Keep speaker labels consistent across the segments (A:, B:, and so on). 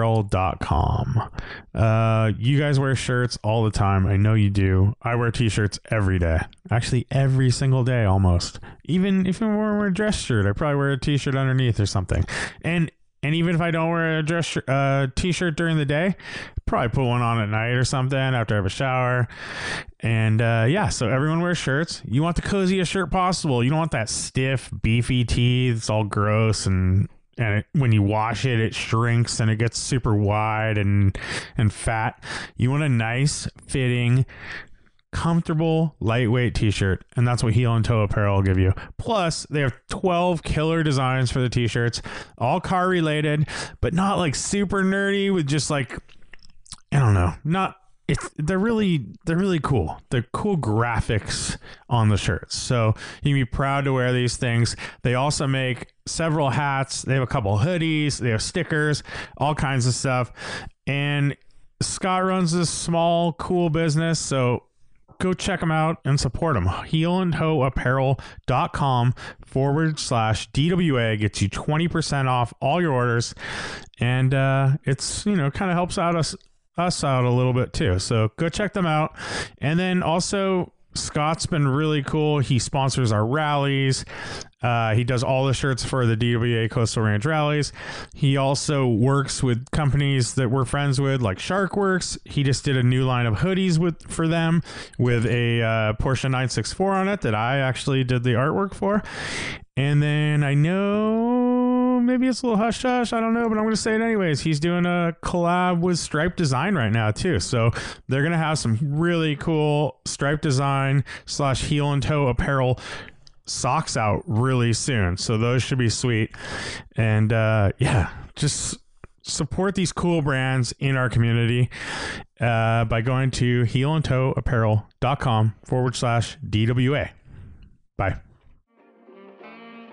A: heelandtoeapparel.com. Uh, you guys wear shirts all the time. I know you do. I wear t-shirts every day. Actually, every single day almost. Even if I wear a dress shirt, I probably wear a t-shirt underneath or something. And and even if I don't wear a dress shirt, uh, t-shirt during the day, probably put one on at night or something after I have a shower. And uh, yeah, so everyone wears shirts. You want the coziest shirt possible. You don't want that stiff, beefy tee that's all gross and and it, when you wash it, it shrinks and it gets super wide and and fat. You want a nice fitting comfortable, lightweight t-shirt, and that's what Heel and Toe Apparel will give you. Plus, they have 12 killer designs for the t-shirts, all car related, but not like super nerdy with just like I don't know, not it's they're really they're really cool. They're cool graphics on the shirts. So you can be proud to wear these things. They also make several hats. They have a couple hoodies, they have stickers, all kinds of stuff. And Scott runs this small, cool business, so go check them out and support them. Heelandhoeapparel.com forward slash DWA gets you 20% off all your orders. And uh, it's, you know, kind of helps out us us out a little bit too. So go check them out. And then also Scott's been really cool. He sponsors our rallies. Uh, he does all the shirts for the DWA Coastal Ranch rallies. He also works with companies that we're friends with, like Sharkworks. He just did a new line of hoodies with for them with a uh, Porsche 964 on it that I actually did the artwork for. And then I know maybe it's a little hush hush. I don't know, but I'm going to say it anyways. He's doing a collab with Stripe Design right now too, so they're going to have some really cool Stripe Design slash heel and toe apparel socks out really soon. So those should be sweet. And uh, yeah, just support these cool brands in our community uh, by going to heelandtoeapparel.com forward slash DWA. Bye.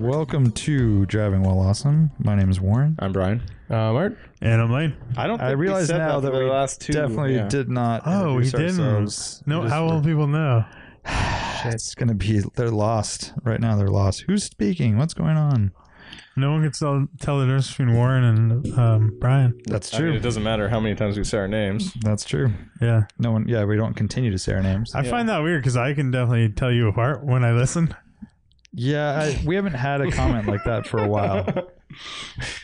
B: Welcome to Driving While Awesome. My name is Warren.
C: I'm Brian.
D: Uh, Mark?
A: And I'm late.
C: I don't. Think
B: I
C: we
B: realize
C: said
B: now
C: that,
B: that
C: for the
B: we
C: last two
B: Definitely
C: yeah.
B: did not.
A: Oh, he
B: introduce
A: didn't.
B: ourselves.
A: No,
B: Just-
A: how will people know?
B: It's gonna be. They're lost right now. They're lost. Who's speaking? What's going on?
A: No one can tell, tell the difference between Warren and um, Brian.
B: That's
C: I mean,
B: true.
C: it doesn't matter how many times we say our names.
B: That's true.
A: Yeah.
B: No one. Yeah, we don't continue to say our names.
A: I find that weird because I can definitely tell you apart when I listen.
B: Yeah, I, we haven't had a comment like that for a while.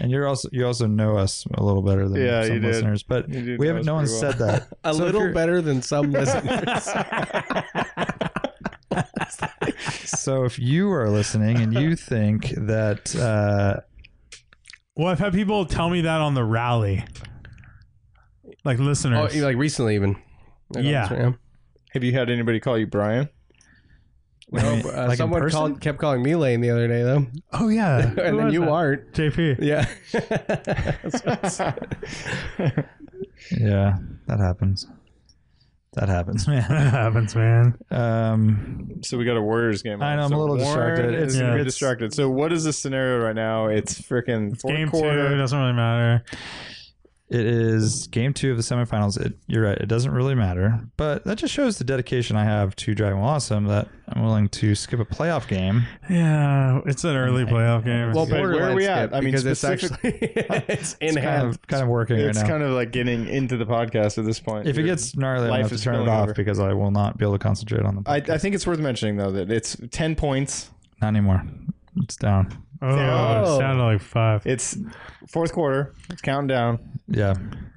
B: And you're also you also know us a little better than
C: Yeah,
B: some
C: you did.
B: listeners, but
C: You do
B: we
C: know
B: haven't.
C: us
B: No one
C: pretty well.
B: said that.
E: A
B: So if
E: little
B: you're-
E: better than some listeners.
B: So if you are listening and you think that uh,
A: Well, I've had people tell me that on the rally, like
E: oh,
A: listeners.
E: like recently, even. Like,
A: Yeah.
E: honestly, yeah.
C: Have you had anybody call you Brian?
E: No, but, uh,
B: like in
E: someone
B: person?
E: called, kept calling me Lane the other day, though.
A: Oh, yeah, Who
E: and then
A: was
E: you
A: that?
E: aren't.
A: JP.
E: Yeah.
B: yeah, that happens. That happens, man.
A: That happens, man.
B: Um,
C: so we got a Warriors game.
B: I know, I'm
C: So
B: a little
C: Warren
B: distracted.
C: Is
B: It's-
C: gonna be
A: it's-
C: distracted. So what is the scenario right now? It's freaking fourth
A: Game two it
C: quarter.
A: doesn't really matter.
B: it is game two of the semifinals. It, you're right. It doesn't really matter, but that just shows the dedication I have to Dragon Ball Awesome that I'm willing to skip a playoff game.
A: Yeah, it's an early playoff game.
E: Well,
C: But where are we
E: borderline
C: at?
E: skip,
C: I mean,
E: because it's
C: specific-
E: actually it's in
B: It's kind
E: hand.
B: of kind of working right
C: It's
B: now.
C: kind of like getting into the podcast at this point.
B: if it
C: You're-
B: gets gnarly,
C: life
B: I have to
C: is
B: turn it
C: spilling
B: off
C: over.
B: because I will not be able to concentrate on the.
C: I,
B: Podcast.
C: I think it's worth mentioning though that it's ten points.
B: not anymore. It's down.
A: oh,
C: Oh.
A: it sounded like five.
C: It's fourth quarter. It's counting down.
B: Yeah,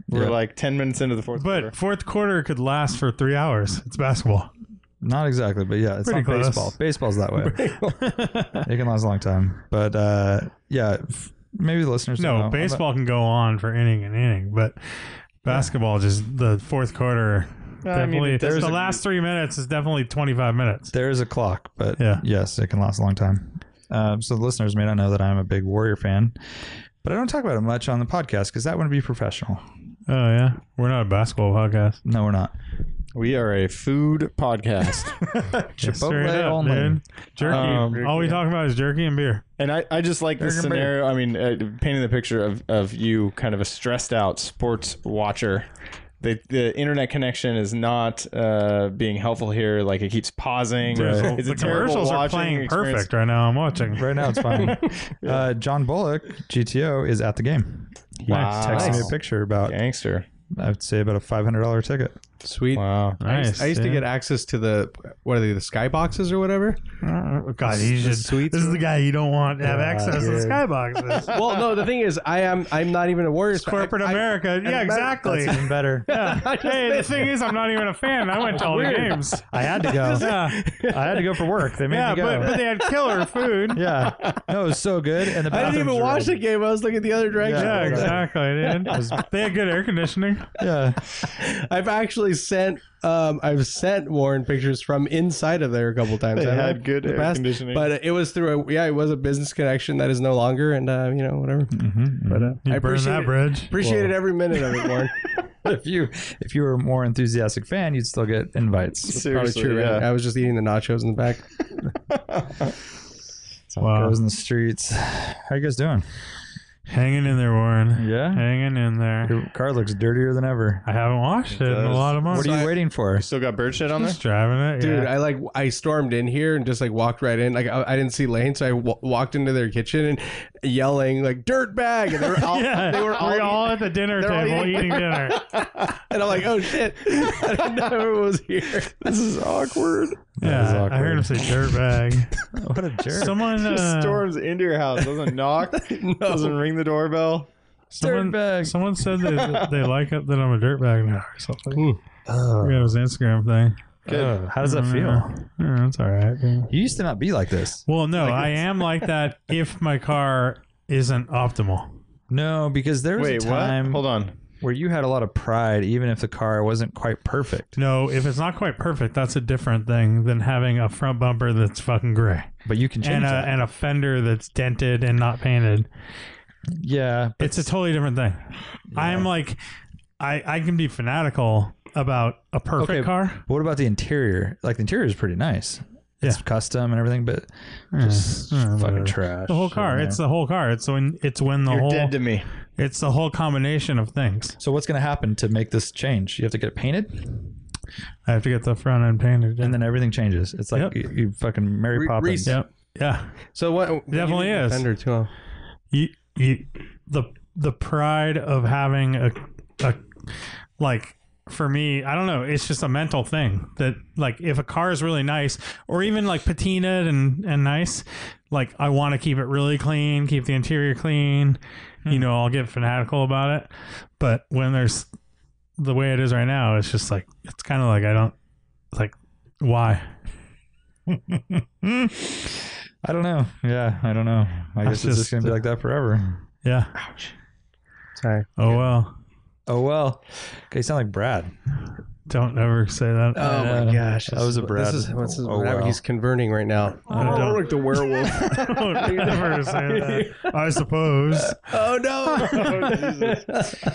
C: We're
B: Yeah.
C: like ten minutes into the fourth quarter.
A: But fourth quarter could last for three hours. It's basketball.
B: Not exactly, but yeah, it's
A: Pretty
B: not
A: close.
B: baseball. Baseball's that way. it can last a long time, but uh, yeah, f- maybe the listeners. don't
A: No,
B: know.
A: baseball can go on for inning and inning, but basketball just the fourth quarter.
C: I mean,
A: Definitely,
C: it
A: the
C: doesn't-
A: last three minutes is definitely twenty-five minutes.
B: There is a clock, but
A: Yeah.
B: yes, it can last a long time. Um, so the listeners may not know that I'm a big Warrior fan. But I don't talk about it much on the podcast because that wouldn't be professional.
A: Oh yeah, we're not a basketball podcast.
B: No, we're not.
C: We are a food podcast.
A: Just
B: Chipotle
A: straight up,
B: only.
A: dude. Jerky.
C: Um,
A: All we talk about is jerky and beer.
C: And I, I just like this
B: Burger Mayor.
C: scenario. I mean, uh, painting the picture of, of you kind of a stressed out sports watcher. The, the internet connection is not uh, being helpful here. Like it keeps pausing.
A: There's-
C: It's
A: the
C: a terrible
A: commercials are
C: watching
A: playing
C: experience.
A: perfect right now. I'm watching.
B: Right now, it's fine. uh, John Bullock, GTO, is at the game. He
C: Wow.
B: texted me
C: Nice.
B: a picture about,
C: Gangster.
B: I would say, about a $500 ticket.
F: Sweet.
C: Wow.
A: Nice.
F: I used to
A: dude.
F: get access to the what are they the sky boxes or whatever.
A: Oh, God,
F: This-
A: you
F: this
A: should.
F: sweet-
A: This is the guy you don't want to have access to the
B: dude.
A: skyboxes.
F: Well, no, the thing is, I am I'm not even a Warriors.
A: It's corporate
F: I- I-
A: America. yeah, exactly.
B: That's even better.
A: Yeah. hey, the thing is, I'm not even a fan. I went to all the games.
B: I had to go.
A: Yeah,
B: I had to go for work. They made
A: yeah
B: me go.
A: but, but they had killer food.
B: yeah. No, it was so good. And the
F: I didn't even watch the
B: it.
F: game. I was looking the other direction.
A: Yeah, exactly, dude. They had good air conditioning.
B: Yeah.
F: I've actually sent um, I've sent Warren pictures from inside of there a couple times.
C: They
F: I
C: had
F: have
C: good
F: in the
C: air
F: past,
C: conditioning.
F: but it was through a yeah, it was a business connection that is no longer, and uh, you know whatever.
B: Mhm.
F: But uh,
A: You
F: I
A: burned
F: appreciate
A: that
F: it.
A: bridge.
F: Appreciated every minute of it, Warren.
B: if you if you were a more enthusiastic fan, you'd still get invites.
C: Seriously.
F: Probably true.
C: yeah.
F: Right? I was just eating the nachos in the back.
A: Wow.
B: Goes in the streets. How you guys doing?
A: Hanging in there, Warren.
B: Yeah.
A: Hanging in there.
B: Your car looks dirtier than ever.
A: I haven't washed it, in a
C: does.
A: lot of months.
B: What are you waiting for?
C: You still got bird shit on there?
A: Just driving it,
F: Dude,
A: Yeah.
F: I like I stormed in here and just like walked right in. Like I, I didn't see Lane, so I w- walked into their kitchen and yelling like "dirt bag," and they were all,
A: yeah,
F: they were all,
A: we're all at the dinner
F: they're all
A: table
F: eating-
A: eating dinner.
F: and I'm like, "Oh shit!" I didn't know everyone was here. This is awkward.
B: That is
A: yeah, I heard him
B: awkward.
A: say dirtbag.
B: What a jerk.
A: Someone,
C: Just
A: uh,
C: storms into your house, doesn't knock, doesn't
F: No,
C: ring the doorbell.
A: someone,
B: Dirtbag.
A: someone said that they like it that I'm a dirtbag now or something. yeah, it was an Instagram thing. Uh,
B: Ugh, how does that
A: Yeah.
B: feel?
A: Yeah, that's all right. yeah.
B: You used to not be like this.
A: Well, no, I am like that if my car isn't optimal.
B: No, because there was
C: Wait,
B: a
C: what?
B: time
C: Hold on.
B: where you had a lot of pride, even if the car wasn't quite perfect.
A: No, if it's not quite perfect, that's a different thing than having a front bumper that's fucking gray
B: But you can change
A: and uh, a,
B: that.
A: and a fender that's dented and not painted.
B: yeah, but
A: it's a totally different thing. I'm like, I I can be fanatical about a perfect
B: Okay.
A: car.
B: But what about the interior? Like the interior is pretty nice. It's
A: Yeah.
B: custom and everything, but just
A: yeah, whatever.
B: fucking trash.
A: The whole car.
B: in
A: It's
B: there.
A: the whole car. It's when it's when the
C: You're
A: whole
C: dead to me.
A: it's the whole combination of things.
B: so what's going to happen to make this change? You have to get it painted,
A: I have to get the front end painted.
B: and then everything changes. It's like
A: Yep.
B: you, you fucking Mary
F: Re-
B: Poppins.
F: reset.
A: yep. Yeah.
F: so what?
A: Definitely
F: you need
A: is.
F: a Fender too. huh?
A: You you the the pride of having a a like for me, I don't know. It's just a mental thing that like if a car is really nice or even like patinaed and and nice, like I want to keep it really clean, keep the interior clean. You know, I'll get fanatical about it. But when there's the way it is right now, it's just like it's kind of like I don't like why.
B: I don't know. Yeah, I don't know. I
A: That's
B: guess it's
A: just-
B: just going to be like that forever.
A: Yeah.
F: Sorry.
A: Oh well.
B: Oh well. Okay, you sound like Brad. Uh,
A: Don't ever say that.
F: Oh
B: Yeah.
F: my gosh!
B: That was a
F: This
B: Brad.
F: is what's his,
B: Oh,
F: what-
B: wow.
F: he's converting right now.
A: I don't-
F: like the werewolf.
A: Don't ever say that. I suppose.
F: oh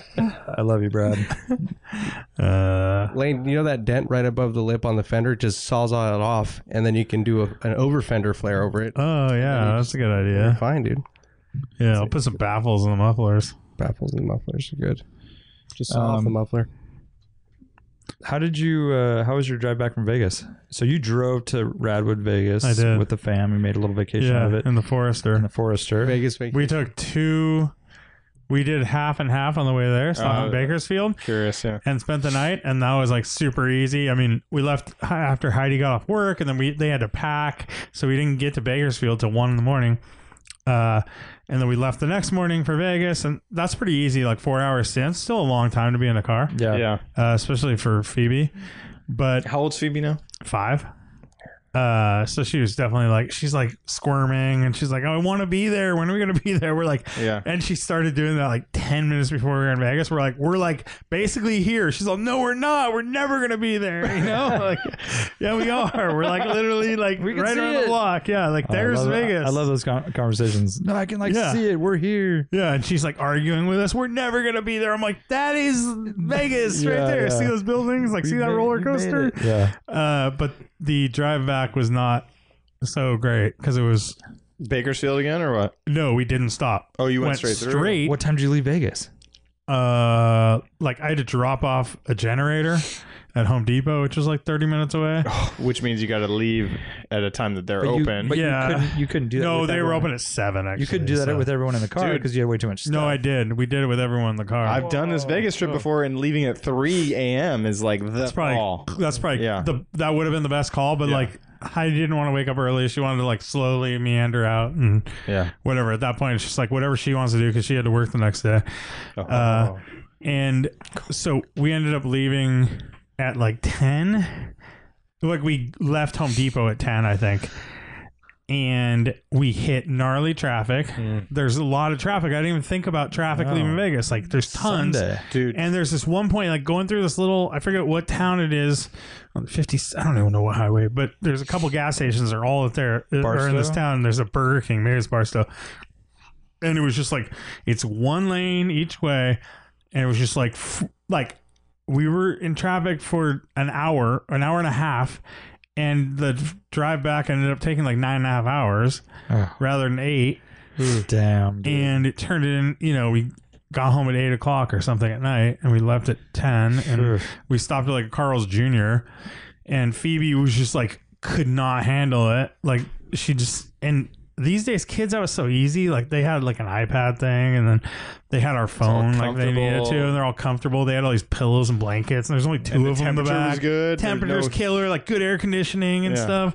F: no!
B: I love you, Brad.
A: Uh,
F: Lane, you know that dent right above the lip on the fender? Just saws all it off, and then you can do a, an over fender flare over it.
A: oh yeah, that's a good idea.
F: Fine, dude.
A: Yeah, I'll put some baffles in the mufflers.
F: Baffles and mufflers are good. Just saw off
B: Um,
F: the muffler.
B: How did you? Uh, how was your drive back from Vegas? So you drove to Radwood, Vegas.
A: I did.
B: with the fam. You made a little vacation out
A: Yeah,
B: of it
A: in the
B: in
A: Forester.
B: the Forester.
F: Vegas, Vegas.
A: We took two. We did half and half on the way there, stopped
B: Oh.
C: Uh,
A: in Bakersfield,
C: Curious, yeah.
A: and spent the night, and that was like super easy. I mean, we left hi- after Heidi got off work, and then we they had to pack, so we didn't get to Bakersfield till one in the morning. Uh, and then we left the next morning for Vegas, and that's pretty easy, like four hours since. Still a long time to be in the car,
B: Yeah.
C: Yeah.
A: uh, especially for Phoebe. But
C: How old's Phoebe now?
A: five, Uh, so she was definitely like, she's like squirming and she's like, "Oh, I want to be there. When are we going to be there? We're like,
C: Yeah.
A: and she started doing that like 10 minutes before we were in Vegas. We're like, we're like basically here. She's like, no, we're not. We're never going to be there. You know, like, yeah, we are. We're like literally like
B: We can
A: right
B: see
A: around
B: it.
A: the block. Yeah. Like
B: Oh, I
A: there's
B: love-
A: Vegas.
B: I love those con- conversations. No, I can like
A: Yeah.
B: see it. We're here.
A: Yeah, and she's like arguing with us. We're never gonna be there. I'm like, that is Vegas right
B: Yeah,
A: there.
B: yeah.
A: See those buildings? Like,
B: We
A: see that
B: made-
A: roller
B: we made
A: coaster?
B: it. Yeah.
A: Uh, but the drive back was not so great because it was
C: Bakersfield again or what?
A: no, we didn't stop.
C: Oh, you went,
A: Went
C: straight through.
A: straight.
B: What time did you leave Vegas?
A: Uh, like I had to drop off a generator at Home Depot, which was like 30 minutes away.
C: Which means Oh, you got to leave at a time that they're
B: But you-
C: open.
B: but
A: Yeah.
B: you couldn't. You couldn't do that.
A: no,
B: with
A: they were
B: everyone.
A: open at seven. Actually,
B: You couldn't do that
A: so-
B: with everyone in the car
C: Dude.
B: because you had way too much. Stuff.
A: No, I did. We did it with everyone in the car.
C: I've done this Vegas trip before, and leaving at 3 a.m. is like the
A: That's probably
C: all.
A: that's probably
C: Oh. Yeah.
A: the that would have been the best call, but
C: Yeah.
A: like Heidi didn't want to wake up early. She wanted to like slowly meander out and
C: Yeah.
A: whatever. At that point, it's just like whatever she wants to do because she had to work the next day. Uh,
B: Oh.
A: and so we ended up leaving at like ten. Like we left Home Depot at ten, I think. And we hit gnarly traffic. There's a lot of traffic. I didn't even think about traffic
B: Mm. No.
A: leaving Vegas. Like there's tons.
B: Sunday.
C: Dude.
A: And there's this one point, like going through this little, I forget what town it is, on Oh, the 50, I don't even know what highway, but there's a couple gas stations are all up there, uh, are in this
B: Barstow?
A: town. There's a Burger King, maybe it's Barstow. And it was just like, it's one lane each way. And it was just like, f- like we were in traffic for an hour, an hour and a half. And the d- drive back ended up taking like nine and a half hours
B: Oh.
A: rather than eight.
B: Damn. dude.
A: And it turned in, you know, we got home at eight o'clock or something at night and we left at 10 and we stopped at like Carl's Jr. And Phoebe was just like, could not handle it. Like, she just, and these days kids have it so easy. Like, they had like an iPad thing and then they had our phone like they needed to
C: comfortable.
A: and they're all comfortable. They had all these pillows and blankets and there's only two
C: And the
A: of them in the
C: temperature
A: back.
C: was good. There's
A: Temperature's
C: no-
A: killer, like good air conditioning and
C: Yeah.
A: stuff.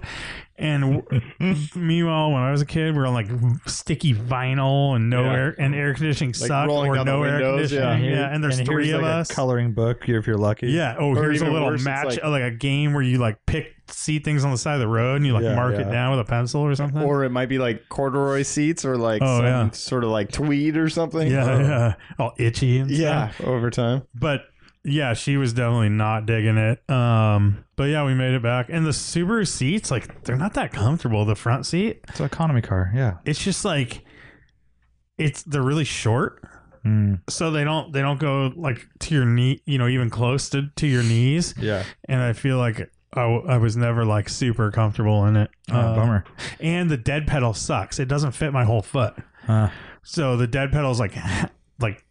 A: And w- meanwhile, when I was a kid, we were on like sticky vinyl and no
C: Yeah.
A: air and air conditioning sucked
C: rolling
A: or
C: down the
A: no air
C: windows, yeah.
A: conditioning. Yeah, and there's
B: here's
A: three of
B: like a
A: us.
B: coloring book if you're lucky.
A: Yeah. Oh, here's a
C: even
A: little
C: worse, it's
A: match,
C: like-
A: uh, like, a game where you like pick see things on the side of the road and you like
B: Yeah,
A: mark
B: yeah.
A: it down with a pencil or something.
C: Or it might be like corduroy seats or like
A: Oh,
C: some
A: yeah.
C: sort of like tweed or something.
A: yeah,
C: Oh.
A: yeah, all itchy and stuff.
C: Yeah. Over time.
A: but yeah, she was definitely not digging it. Um, but yeah, we made it back, and the Subaru seats like they're not that comfortable. The front seat,
B: It's an economy car. Yeah.
A: it's just like it's they're really short,
B: Mm.
A: so they don't they don't go like to your knee, you know, even close to to your knees.
B: Yeah.
A: And I feel like I, w- I was never like super comfortable in it.
B: Oh,
A: Um,
B: bummer.
A: And the dead pedal sucks. It doesn't fit my whole foot.
B: Uh,
A: So the dead pedal's like like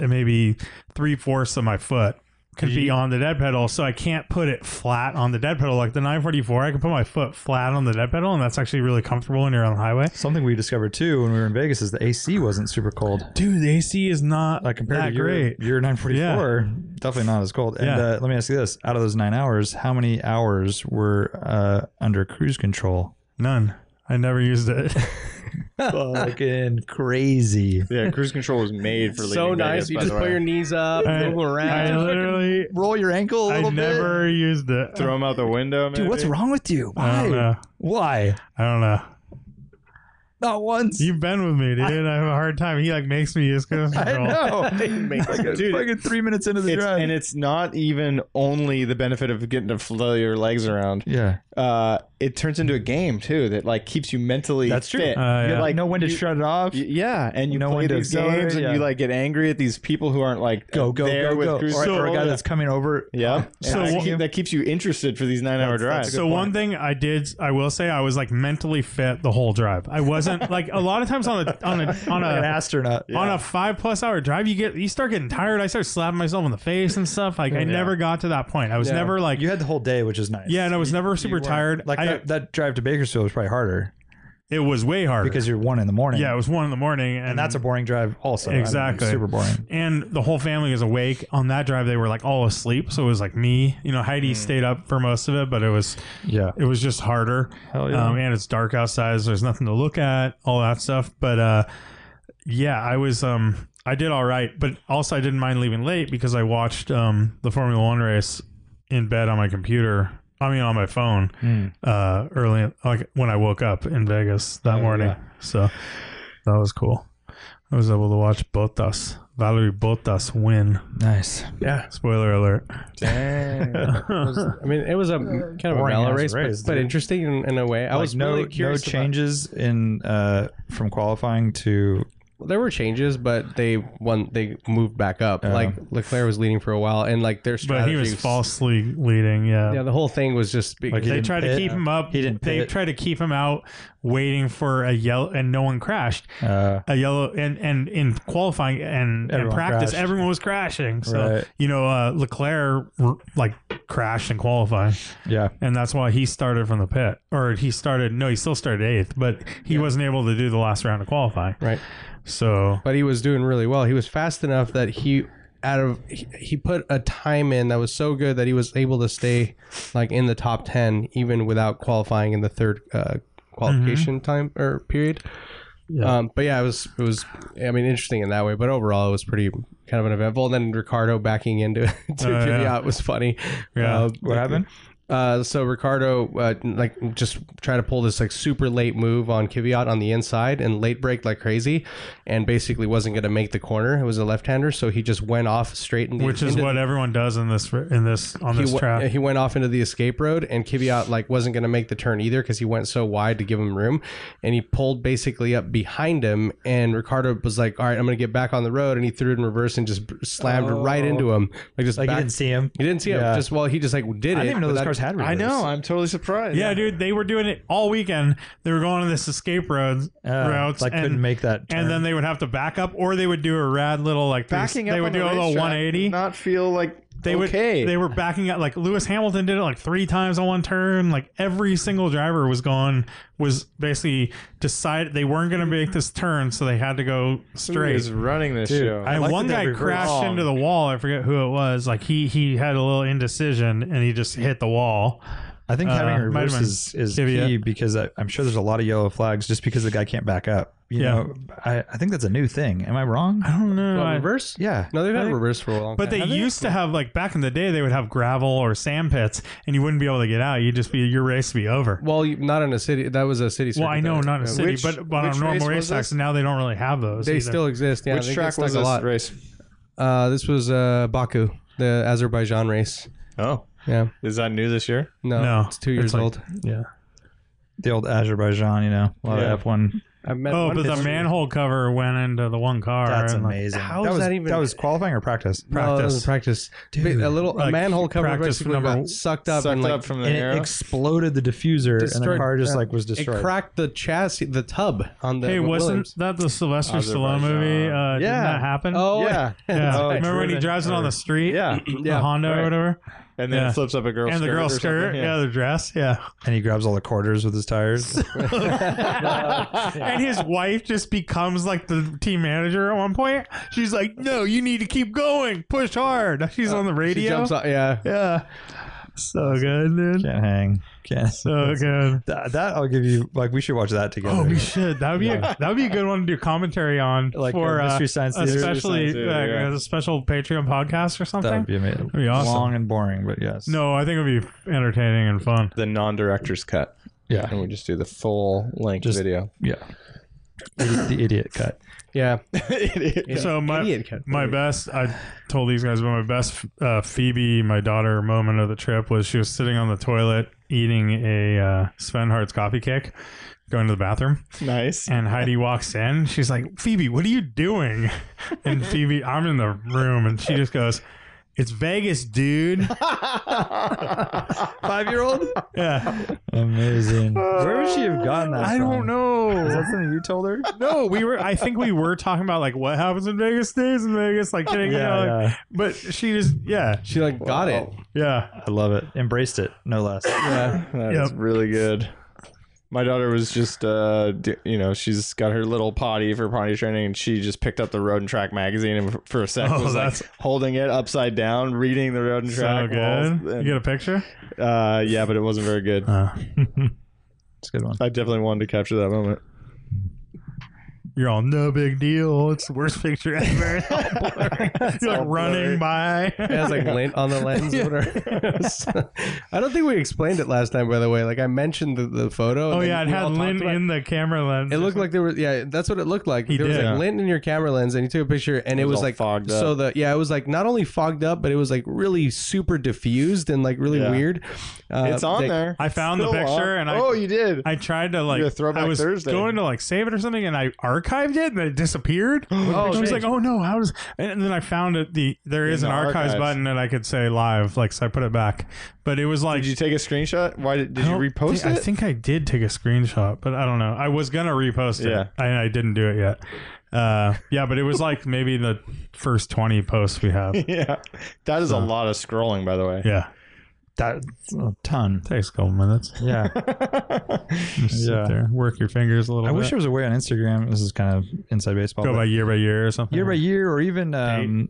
A: maybe three fourths of my foot could be on the dead pedal, so I can't put it flat on the dead pedal. Like the 944, I can put my foot flat on the dead pedal, and that's actually really comfortable when you're on the highway.
B: something we discovered too when we were in Vegas is the AC wasn't super cold.
A: Dude, the AC is not
B: Like compared
A: that
B: to your,
A: great.
B: your 944, definitely not as cold. And
A: Yeah.
B: uh, let me ask you this: out of those nine hours, how many hours were uh, under cruise control?
A: None. I never used it.
B: Fucking crazy.
C: Yeah. Cruise control was made for leaving
F: so nice.
C: Vegas,
F: You
C: by
F: just
C: the
F: put
C: way.
F: your knees up,
A: I,
F: move
A: I
F: around.
A: literally,
B: Roll your ankle a
A: I
B: little bit.
A: never used it.
C: throw them out the window.
B: Dude, what's
C: maybe?
B: wrong with you?
A: I don't
B: Why?
A: know.
B: Why?
A: I don't know.
B: Not once.
A: You've been with me, dude. I have a hard time. He like makes me use cruise
B: I
A: control.
B: know.
C: Dude,
B: fucking three minutes into the
C: It's,
B: drive.
C: and it's not even only the benefit of getting to flail your legs around.
B: yeah.
C: Uh, it turns into a game too that like keeps you mentally.
B: That's true.
C: Fit.
A: Uh,
C: You're
A: yeah.
C: like
B: know when to
C: you-
B: shut it off.
C: Y- Yeah, and you
B: No
C: play
B: one does
C: these
B: that,
C: games, and
B: yeah.
C: you like get angry at these people who aren't like
B: go, go,
C: there
B: go,
C: with
B: go.
C: Cruise
B: Or, or a
C: control.
B: guy that's coming over.
C: yeah.
A: So
C: So
A: what-
C: that keeps you interested for these nine-hour drives.
A: So one thing I did, I will say, I was like mentally fit the whole drive. I wasn't like a lot of times on a on a on
B: Like an
A: a
B: astronaut.
A: on a five plus hour drive. You get you start getting tired. I started slapping myself in the face and stuff. Like I never got to that point. I was never like
B: you had the whole day, which is nice.
A: yeah, and I was never super
B: weren't-
A: tired.
B: Like
A: I-
B: that, that drive to Bakersfield was probably harder
A: it was way harder
B: because you're one in the morning.
A: yeah, it was one in the morning, and,
B: and that's a boring drive also. I mean,
A: Exactly.
B: super boring.
A: and the whole family is awake on that drive. They were like all asleep, so it was like me. You know,
B: Hmm.
A: Heidi stayed up for most of it, but it was
B: Yeah.
A: it was just harder.
B: Hell yeah.
A: Um, and it's dark outside, so there's nothing to look at, all that stuff. But uh, yeah, I was um, I did all right, but also I didn't mind leaving late because I watched um, the Formula One race in bed on my computer I mean, on my phone
B: Hmm.
A: uh, early, like when I woke up in Vegas that morning. So that was cool. I was able to watch Botas, Valerie Botas win.
B: Nice.
F: Yeah.
A: Spoiler alert.
F: I mean, it was a kind of a
B: Boring
F: mellow
B: ass
F: race, but-
B: race,
F: but,
B: dude.
F: interesting in, in a way. I
B: Like,
F: was
B: no
F: really curious.
B: no
F: about-
B: changes in uh from qualifying to
F: there were changes, but they won. They moved back up. like Leclerc was leading for a while, and like their strategy.
A: But he was
F: was-
A: falsely leading. Yeah.
F: Yeah, the whole thing was just be-
B: Like, he
A: they
B: didn't
A: tried to
B: pit.
A: keep him up.
B: He didn't
A: They
B: pit.
A: tried to keep him out, waiting for a yellow, and no one crashed.
B: uh
A: a yellow and and in qualifying and, and
B: Everyone
A: practice
B: crashed.
A: everyone was crashing so
B: Right.
A: you know uh leclerc r- like crashed in qualifying
B: yeah
A: and that's why he started from the pit or he started no he still started eighth but he wasn't able to do the last round of qualifying
F: Right.
A: so
F: but he was doing really well. He was fast enough that he out of he, he put a time in that was so good that he was able to stay like in the top 10 even without qualifying in the third uh, qualification
A: Mm-hmm.
F: time or period. Um, but yeah, it was it was I mean interesting in that way, but overall it was pretty kind of an eventful. And then Ricardo backing into to
A: Oh, yeah.
F: Kvyat was funny. Um,
A: Yeah.
B: what happened
F: Uh, so Ricardo uh, like just try to pull this like super late move on Kvyat on the inside and late break like crazy, and basically wasn't going to make the corner. It was a left hander, so he just went off straight into
A: which is
F: into-
A: what everyone does in this in this on
F: he,
A: this
F: wa-
B: uh,
A: track
F: he went off into the escape road, and Kvyat like wasn't going to make the turn either because he went so wide to give him room, and he pulled basically up behind him, and Ricardo was like, "All right, I'm going to get back on the road," and he threw it in reverse and just b- slammed right into him, like just
B: Oh. like
F: back-
B: you didn't see him
F: He didn't see him.
B: Yeah.
F: Just well, he just like did it.
B: i didn't even know those
F: without-
B: cars had reverse.
C: I know. I'm totally surprised.
A: yeah dude they were doing it all weekend they were going on this escape road
B: Uh,
A: routes
B: like
A: and
B: couldn't make that turn.
A: and then they would have to back up, or they would do a rad little like three-
C: backing up
A: They would
C: on
A: do
C: the
A: a little
C: racetrack
A: one eighty.
C: did Not feel like
A: they would
C: okay.
A: they were backing up like Lewis Hamilton did it like three times on one turn like every single driver was gone was basically decided they weren't going to make this turn so they had to go
C: Who
A: straight
C: is running this show.
A: and one guy crashed into the wall I forget who it was like he he had a little indecision and he just hit the wall
B: I think
A: Uh,
B: having a
A: might have
B: reverse
A: been
B: is, is
A: Kvyat.
B: key because I, I'm sure there's a lot of yellow flags just because the guy can't back up. You
A: Yeah.
B: know, I, I think that's a new thing. Am I wrong?
A: I don't know
F: What,
A: I-
F: reverse.
B: Yeah.
F: No, they've had reverse for a long
A: but
F: time.
A: they used to have like back in the day they would have gravel or sand pits and you wouldn't be able to get out you'd just be your race would be over
F: well, you- not in a city. That was a city.
A: well I
F: circuit
A: know
F: though.
A: not in a city
C: Which-
A: but, but on
C: which
A: normal
C: race was
A: race tracks now they don't really have those
F: They
A: either.
F: still exist. Yeah,
C: Which
F: they
C: track
F: get
C: was
F: stuck
C: this
F: a lot.
C: race?
F: Uh, this was uh, Baku, the Azerbaijan race.
C: Oh,
F: Yeah,
C: is that new this year?
F: no,
A: No,
F: it's two years
A: like-
F: old.
B: The old Azerbaijan, you know, a lot
C: Yeah.
B: of F1.
F: I met
A: Oh,
F: one
A: but the
F: person-
A: manhole cover went into the one car.
B: That's
A: and, like,
B: amazing.
F: how
B: that
F: is
B: was,
F: that even-
B: That was qualifying or practice?
F: No, it was
A: practice.
F: practice. Ba- a little a
A: like,
F: manhole cover
A: practice
F: basically
A: number-
F: got sucked up
C: Sucked
F: and like
C: up from the
B: And
C: air.
B: it exploded the diffuser, and
F: Destroyed-
B: the car just
F: yeah.
B: like was
F: it
B: destroyed.
F: cracked the chassis, the tub on the.
A: hey, wasn't
F: Williams.
A: that the Sylvester Stallone
C: Azerbaijan.
A: movie? Uh, Didn't
C: Yeah.
A: that happen?
F: Oh
C: yeah,
A: yeah.
C: Oh,
A: Remember when he
C: driven-
A: drives it on
C: or-
A: the street?
C: yeah,
A: The Honda
C: right.
A: or whatever.
C: and then
A: Yeah.
C: it flips up a girl
A: and the
C: girl
A: girl's skirt. Yeah. the dress. Yeah.
B: and he grabs all the quarters with his tires.
A: and his wife just becomes like the team manager at one point. She's like, no, you need to keep going. Push hard. She's
C: Uh,
A: on the
F: She
A: radio.
F: jumps on, yeah.
A: Yeah. So good, dude.
B: Can't hang. Can't.
A: So good.
B: That, that I'll give you. Like we should watch that together.
A: Oh, we should. That would be a, that would be a good one to do commentary on
B: Like
A: for
B: a
A: uh,
B: Mystery Science Theater.
A: especially
C: Mystery Science Theater,
A: uh,
C: yeah.
A: a special Patreon podcast or
B: that
A: something.
B: would be amazing.
A: be awesome.
B: Long and boring, but yes.
A: no, I think it would be entertaining and fun.
C: The non-director's cut.
B: Yeah.
C: and we just do the full length
B: Just-
C: video.
B: Yeah. Idi- the idiot cut.
F: yeah.
A: So my
F: Idiot cut.
A: my best, I told these guys, but my best uh, Phoebe, my daughter, moment of the trip was she was sitting on the toilet eating a uh, Sven Hart's coffee cake, going to the bathroom,
C: nice.
A: And Heidi walks in. She's like, Phoebe, what are you doing? And Phoebe, I'm in the room. And she just goes, It's Vegas, dude.
B: Five year old?
A: Yeah.
B: Amazing. Where would she have gotten that?
A: Uh, I don't
B: from?
A: know.
B: that something you told her?
A: No, we were, I think we were talking about like what happens in Vegas stays in Vegas. Like, kidding, you know, like-
B: yeah.
A: but she just, yeah.
F: She like got it.
A: Yeah.
B: I love it. Embraced it, no less.
F: Yeah.
C: That's
A: Yep.
C: really good. My daughter was just, uh, d- you know, she's got her little potty for potty training, and she just picked up the Road and Track magazine and f- for a sec
A: Oh,
C: was like
A: that's-
C: holding it upside down, reading the Road and
A: So
C: Track.
A: good.
C: walls,
A: You get a picture?
C: and, uh, yeah, but it wasn't very good.
A: Uh,
B: It's a good one.
C: I definitely wanted to capture that moment.
A: you're all no big deal. It's the worst picture ever. It's all blurry. you're like running
F: It
A: by.
F: has like lint on the lens. or whatever. I don't think we explained it last time, by the way. Like I mentioned the, the photo. and
A: Oh
F: then
A: yeah, it
F: we
A: had
F: all talked
A: Lynn
F: about
A: in the camera lens.
F: It looked like there was yeah, that's what it looked like.
A: He
F: there was
A: did.
F: like lint in your camera lens, and you took a picture, and it,
C: was
F: was,
C: all
F: like
C: fogged
F: So the yeah, it was like not only fogged up, but it was like really super diffused and like really
C: Yeah.
F: weird. Uh,
C: it's on
F: they-
C: there.
A: I found the
C: Still on.
A: picture and I
E: oh, you did.
A: I tried to
E: You're a
A: like
E: throwback
A: I was
E: Thursday.
A: going to like save it or something, and I archived it, and then it disappeared. I was like,
F: shit.
A: "Oh no, how does?" And then I found it. The there is
C: In
A: an
C: the
A: archives,
C: archives.
A: button, and I could say live, like so I put it back. But it was like
C: Did you take a screenshot? Why did, did
A: I
C: you
A: don't
C: repost
A: thi- I
C: it?
A: think I did take a screenshot, but I don't know. I was gonna repost
C: Yeah.
A: it, and I didn't do it yet. Uh, yeah, but it was like maybe the first twenty posts we have.
C: yeah, that is a lot of scrolling, by the way.
A: Yeah,
B: That's a ton.
A: takes a couple minutes.
B: Yeah.
A: Just
B: Yeah.
A: sit there, work your fingers a little.
B: I
A: bit.
B: wish there was a way on Instagram. This is kind of inside baseball.
A: go
B: but
A: by year by year or something.
B: year by year, or even um,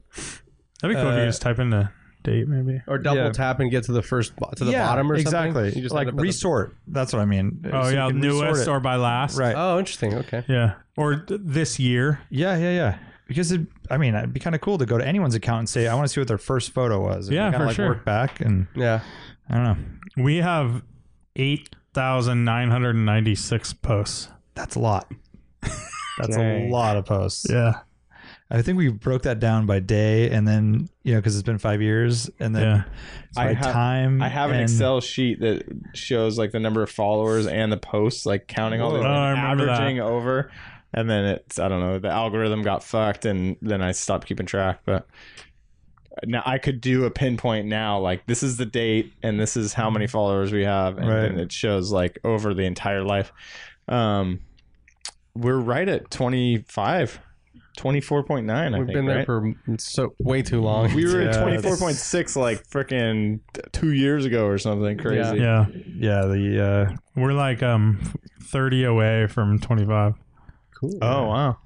A: That'd be cool if you
B: uh,
A: just type in the date, maybe.
F: Or double
B: Yeah.
F: tap and get to the first bo- to the
B: yeah,
F: bottom or something.
B: exactly.
F: You just end
B: like
F: up at the-
B: resort. That's what I mean.
A: Oh
B: So you
A: yeah,
B: can resort
A: newest
B: it.
A: or by last.
B: right.
F: Oh, interesting. Okay.
A: Yeah. Or th- this year.
B: Yeah, yeah, yeah. Because it, I mean, it'd be kind of cool to go to anyone's account and say, "I want to see what their first photo was." And
A: Yeah,
B: kinda,
A: for
B: like,
A: sure.
B: Work back and
F: Yeah.
B: I don't know.
A: We have 8,996 posts.
B: That's a lot. That's
C: Dang.
B: a lot of posts.
A: Yeah.
B: I think we broke that down by day, and then you know, because it's been five years, and then
A: Yeah.
B: by
C: I have-
B: time.
C: I have an
B: and-
C: Excel sheet that shows like the number of followers and the posts, like counting all the
A: Oh, I remember that.
C: averaging over. And then it's I don't know, the algorithm got fucked and then I stopped keeping track, but now I could do a pinpoint now, like this is the date and this is how many followers we have, and
B: Right.
C: then it shows like over the entire life. Um we're right at 25 24.9 I
F: We've
C: think,
F: been there
C: right?
F: for so way too long.
C: we were at
B: Yeah,
C: 24.6 like freaking 2 years ago or something crazy.
A: Yeah.
B: Yeah, the uh,
A: We're like um f- 30 away from 25.
F: cool.
C: Oh wow.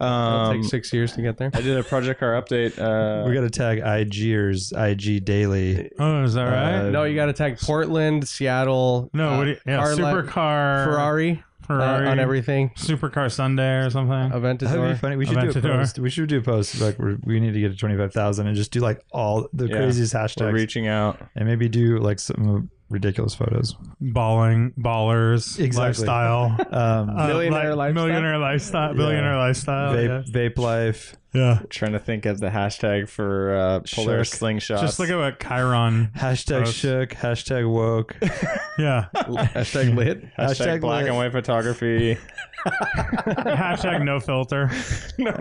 F: It'll
C: Um,
F: take six years to get there.
C: I did a Project Car update. Uh,
B: we got to tag IGers, IG Daily.
A: Oh, is that right?
B: Uh,
F: No, you got to tag Portland, Seattle.
A: No,
F: uh,
A: what do you, yeah,
F: Carli-
A: supercar
F: Ferrari, uh,
A: Ferrari
F: on everything.
A: Supercar Sunday or something.
F: Uh,
B: That would be
F: Aventador.
B: funny. We should do a
A: Aventador.
B: post. We should do a post like we're, we need to get to twenty five thousand and just do like all the
C: Yeah.
B: craziest
C: we're
B: hashtags
C: reaching out.
B: and maybe do like some ridiculous photos.
A: Balling, ballers,
B: Exactly.
A: lifestyle.
B: Um,
A: uh,
F: Millionaire
A: li-
F: lifestyle?
A: Millionaire lifestyle. Billionaire lifestyle.
B: vape, vape life.
A: yeah.
C: Trying to think of the hashtag for uh, Polaris slingshots.
A: Just look at what Chiron.
B: Hashtag
A: Gross.
B: shook. Hashtag woke.
A: Yeah.
F: Hashtag lit.
C: hashtag,
B: hashtag
C: black
B: lit.
C: and white photography.
A: Hashtag no filter.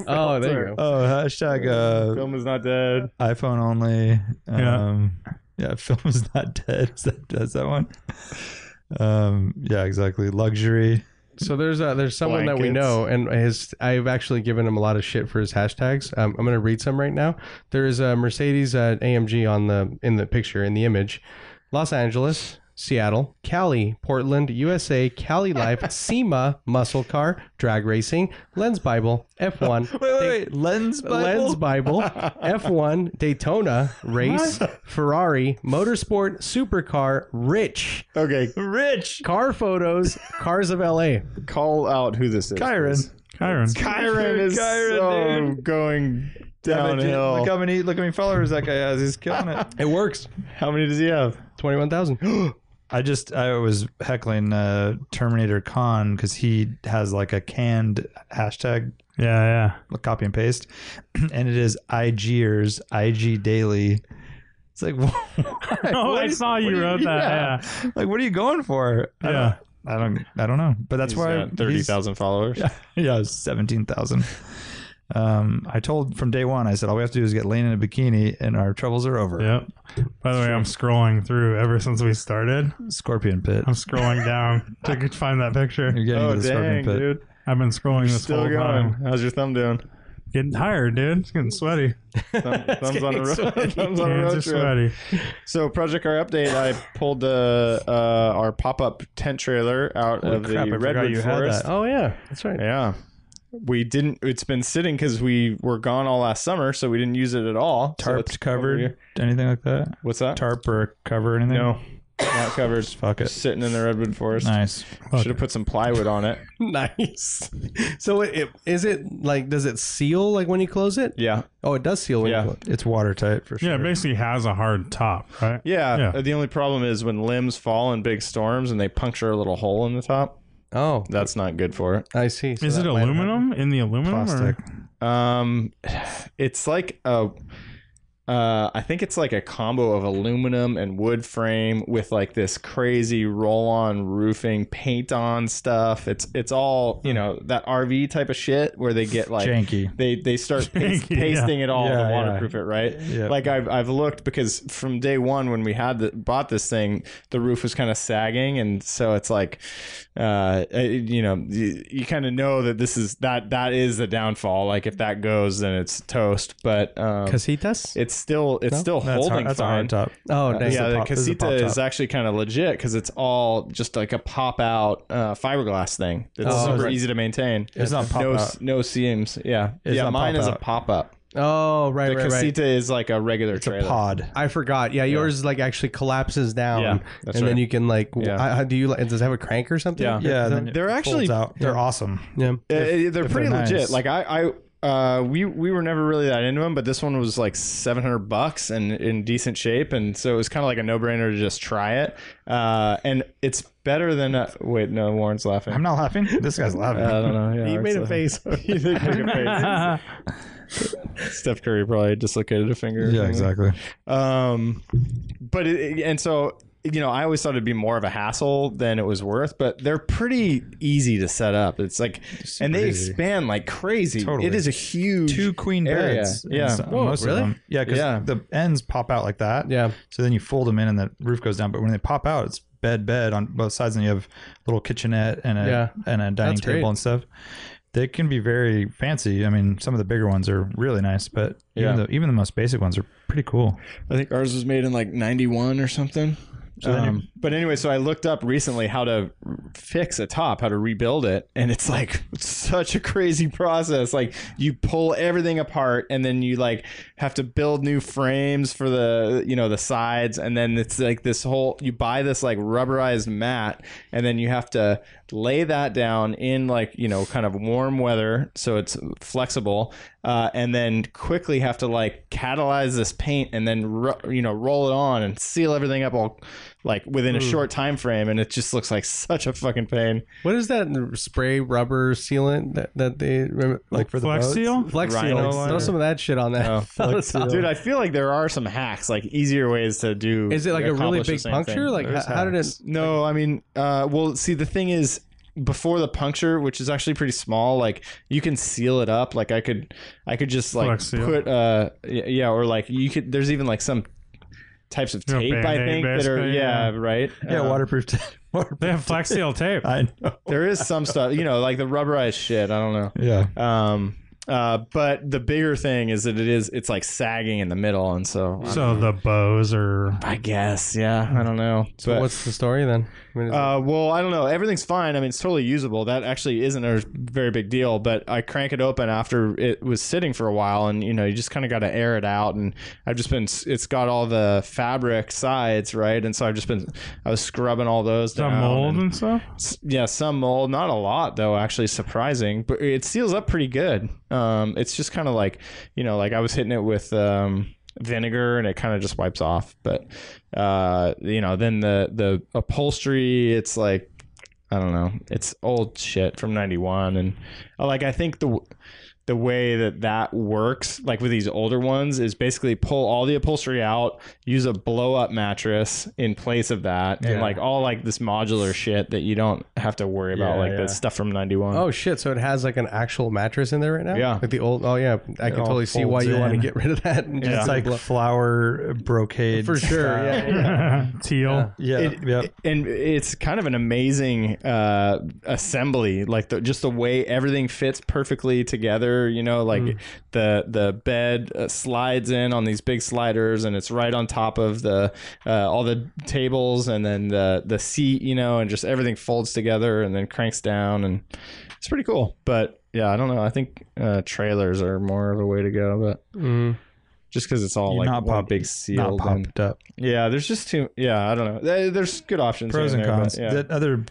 F: Oh, there you go.
B: Oh, hashtag uh,
C: Film is not dead.
B: iPhone only.
A: Yeah.
B: Um, yeah. film is not dead. Is that, that's that one? Um, yeah, exactly. Luxury.
F: So there's uh, there's someone that we
C: Blankets.
F: know, and his I've actually given him a lot of shit for his hashtags. Um, I'm gonna read some right now. There is a Mercedes uh, AMG on the in the picture in the image, Los Angeles, Seattle, Cali, Portland, USA, Cali Life, SEMA, Muscle Car, Drag Racing, Lens Bible, F1,
B: Wait, wait, wait. Lens
F: Lens Bible, F1, Daytona, Race, Ferrari, Motorsport, Supercar, Rich,
C: Okay,
B: Rich.
F: Car Photos, Cars of LA.
C: call out who this is.
B: Kyron.
A: Chiron.
C: Kyron is
B: Kyron,
C: so
B: dude.
C: going
B: Yeah, but
C: downhill.
B: Look how many look how many followers that guy has. He's killing it.
F: It works.
C: how many does he have?
F: 21,000.
B: I just I was heckling uh, Terminator Khan because he has like a canned hashtag
A: Yeah,
B: copy and paste, and it is IGers IG Daily. It's like, why?
A: yeah. Oh,
B: What
A: I
B: is-
A: saw
B: what
A: you
B: are
A: wrote that. Yeah.
B: Like, what are you going for? I don't-
A: Yeah.
B: I don't, I don't know, but that's
C: He's
B: why
C: got thirty
B: he's-
C: thousand followers.
B: Yeah, seventeen thousand. Um, I told from day one. I said all we have to do is get Lane in a bikini, and our troubles are over.
A: Yep. By the way, I'm scrolling through ever since we started.
B: Scorpion pit.
A: I'm scrolling down to find that picture.
B: You're getting
C: Oh
B: into the
C: dang,
B: scorpion pit.
C: dude!
A: I've been scrolling this
C: Still
A: whole
C: going.
A: time.
C: How's your thumb doing?
A: Getting tired, dude. It's getting sweaty.
C: Thumb, thumbs on a road. thumbs on a
A: Hands are
C: road trip.
A: sweaty.
C: So Project Car update, I pulled uh, uh, our pop-up tent trailer out
B: Holy
C: of
B: crap, I
C: the
B: forgot
C: redwood
B: you had
C: forest.
B: that.
F: Oh yeah, that's right.
C: Yeah, we didn't. It's been sitting because we were gone all last summer, so we didn't use it at all. So
B: Tarped,
C: it's-
B: covered, anything like that?
C: What's that?
B: Tarp or cover, anything?
C: No, Not covered.
B: Fuck it.
C: Sitting in the redwood forest.
B: Nice.
C: Should have put some plywood on it.
F: nice. So it, it is it like does it seal like when you close it?
C: Yeah.
F: Oh, it does seal when
C: Yeah.
F: you close. it.
B: It's watertight for sure.
A: Yeah, it basically has a hard top, right?
C: Yeah.
A: Yeah.
C: The only problem is when limbs fall in big storms and they puncture a little hole in the top.
F: Oh,
C: That's not good for it.
F: I see. So
A: Is it
F: that might have-
A: aluminum in the aluminum? or-
B: Plastic.
C: Um, it's like a, uh, I think it's like a combo of aluminum and wood frame with like this crazy roll-on roofing paint-on stuff. It's it's all you know that RV type of shit where they get like
B: Janky.
C: they they start paste,
A: Janky, yeah.
C: pasting it all
B: Yeah,
C: to
B: yeah.
C: waterproof it, right?
B: Yeah.
C: Like I've I've looked because from day one when we had the, bought this thing, the roof was kind of sagging, and so it's like, uh, it- you know, you, you kind of know that this is that that is the downfall. Like if that goes, then it's toast. But um,
F: casitas?
C: it's still it's still
B: That's,
C: holding
B: hard, that's a
C: fine.
B: hard top.
F: oh,
C: Uh,
F: dang.
C: yeah,
B: a
C: the
B: pop- this is a
C: casita
B: pop
C: is,
B: top.
C: actually kind of legit because it's all just like a pop out uh, fiberglass thing. It's
F: Oh,
C: super
F: it's-
C: easy to maintain.
B: It's not pop
C: no
B: out.
C: s- no seams. Yeah,
B: It's
C: yeah.
B: not
C: Mine
B: pop
C: is a
B: out.
C: pop up.
F: Oh, right,
C: The
F: right, right.
C: casita is like a regular
B: It's a
C: trailer.
B: pod.
F: I forgot. Yeah, yours like actually collapses down.
C: Yeah, that's
F: and then
C: right.
F: you can like, w-
C: Yeah.
F: I- I- do you like? Does it have a crank or something?
C: Yeah.
B: Yeah,
F: Is
B: then
F: that-
B: it
C: They're
B: folds
C: actually-
B: out. they're awesome.
F: yeah.
C: Uh, they're pretty
B: they're nice.
C: legit. Like I, I, uh, we we were never really that into them, but this one was like seven hundred bucks and in decent shape, and so it was kind of like a no brainer to just try it. Uh, and it's better than uh, wait, no, Warren's laughing. Uh,
B: I'm not laughing. This guy's laughing.
C: I don't know. Yeah,
F: He made a
C: it's uh,
F: face.
C: he did make a face. Steph Curry probably dislocated a finger. or something.
B: yeah, exactly.
C: Um, but it, and so you know, I always thought it'd be more of a hassle than it was worth, but they're pretty easy to set up. It's like, and they
B: easy.
C: expand like crazy.
B: Totally.
C: It is a huge
B: Two queen
C: area.
B: beds.
C: Yeah.
B: And so-
C: Whoa,
B: most
F: really?
B: Of them. Yeah, because
C: Yeah.
B: the ends pop out like that.
F: Yeah.
B: So then you fold them in, and the roof goes down. But when they pop out, it's bed bed on both sides, and you have little kitchenette and a
F: Yeah.
B: and a dining
F: That's
B: table
F: great.
B: and stuff. They can be very fancy. I mean, some of the bigger ones are really nice, but even
C: Yeah.
B: the even the most basic ones are pretty cool.
C: I think ours was made in like 91 or something. Um, but anyway, so I looked up recently how to fix a top, how to rebuild it, and it's like such a crazy process. Like you pull everything apart, and then you like have to build new frames for the you know the sides, and then it's like this whole you buy this like rubberized mat, and then you have to lay that down in like you know kind of warm weather so it's flexible, uh, and then quickly have to like catalyze this paint and then ru- you know roll it on and seal everything up all like within a
F: Hmm.
C: short time frame and it just looks like such a fucking pain
F: What is that spray rubber sealant that, that they remember?
B: Like for the
A: Flex
B: boats?
A: seal?
F: Flex
C: Rhino
F: seal. Throw
C: liner? Oh.
F: some of that shit on that.
C: dude i feel like there are some hacks like easier ways to do
F: Is it like a really
C: accomplish the
F: big
C: same
F: puncture?
C: thing.
F: Like,
B: There's
F: how, how did it?
B: hacks.
C: No, I mean, uh, well, see, the thing is, before the puncture, which is actually pretty small, like you can seal it up. Like I could, I could just like
A: Flex seal.
C: put, uh, y- yeah, or like you could. There's even like some types of
A: You know,
C: tape I
A: Band-Aid
C: think that are
A: basically,
C: yeah,
A: yeah.
C: right
B: Yeah,
C: Uh,
B: waterproof. T- waterproof.
A: They have flex seal tape.
B: I know.
C: there is some stuff you know like the rubberized shit I don't know
B: Yeah.
C: um uh but the bigger thing is that it is it's like sagging in the middle and so uh,
A: so the bows are.
C: I guess yeah I don't know
F: So
C: But-
F: what's the story then? I mean, is it-
C: Uh, well, I don't know. Everything's fine. I mean, it's totally usable. That actually isn't a very big deal. But I crank it open after it was sitting for a while, and you know, you just kind of got to air it out. And I've just been. It's got all the fabric sides, right? And so I've just been. I was scrubbing all those.
A: The
C: down
A: mold
C: and-
A: and stuff.
C: s- yeah, some mold. Not a lot though, actually. Surprising, but it seals up pretty good. Um, it's just kind of like, you know, like I was hitting it with um, vinegar, and it kind of just wipes off. But uh, you know, then the the upholstery, it's like, I don't know, it's old shit from '91, and uh, like I think the the way that that works, like with these older ones, is basically pull all the upholstery out, use a blow up mattress in place of that, and
B: Yeah.
C: like all like this modular shit that you don't have to worry about,
B: Yeah,
C: like
B: yeah.
C: the stuff from '91.
F: oh shit! So it has like an actual mattress in there right now.
C: Yeah.
F: Like the old. Oh yeah, I can
B: all
F: totally see why
B: folds
F: you want to
B: in.
F: get rid of that. and
B: It's
F: just
B: like flower brocade
F: for sure.
B: style.
F: Yeah.
A: Teal.
B: Yeah.
C: It-
B: yep.
C: and it's kind of an amazing uh, assembly like the, just the way everything fits perfectly together you know like
B: Mm.
C: the the bed uh, slides in on these big sliders and it's right on top of the uh, all the tables and then the the seat you know and just everything folds together and then cranks down and it's pretty cool but yeah i don't know i think uh, trailers are more of a way to go but just because it's all
B: You
C: like
B: not
C: one
B: pop-
C: big
B: not
C: seal. and-
B: popped up.
C: yeah, there's just too. Yeah, I don't know. There- There's good options. here
B: Pros and
C: there, but
B: cons.
C: yeah.
B: The other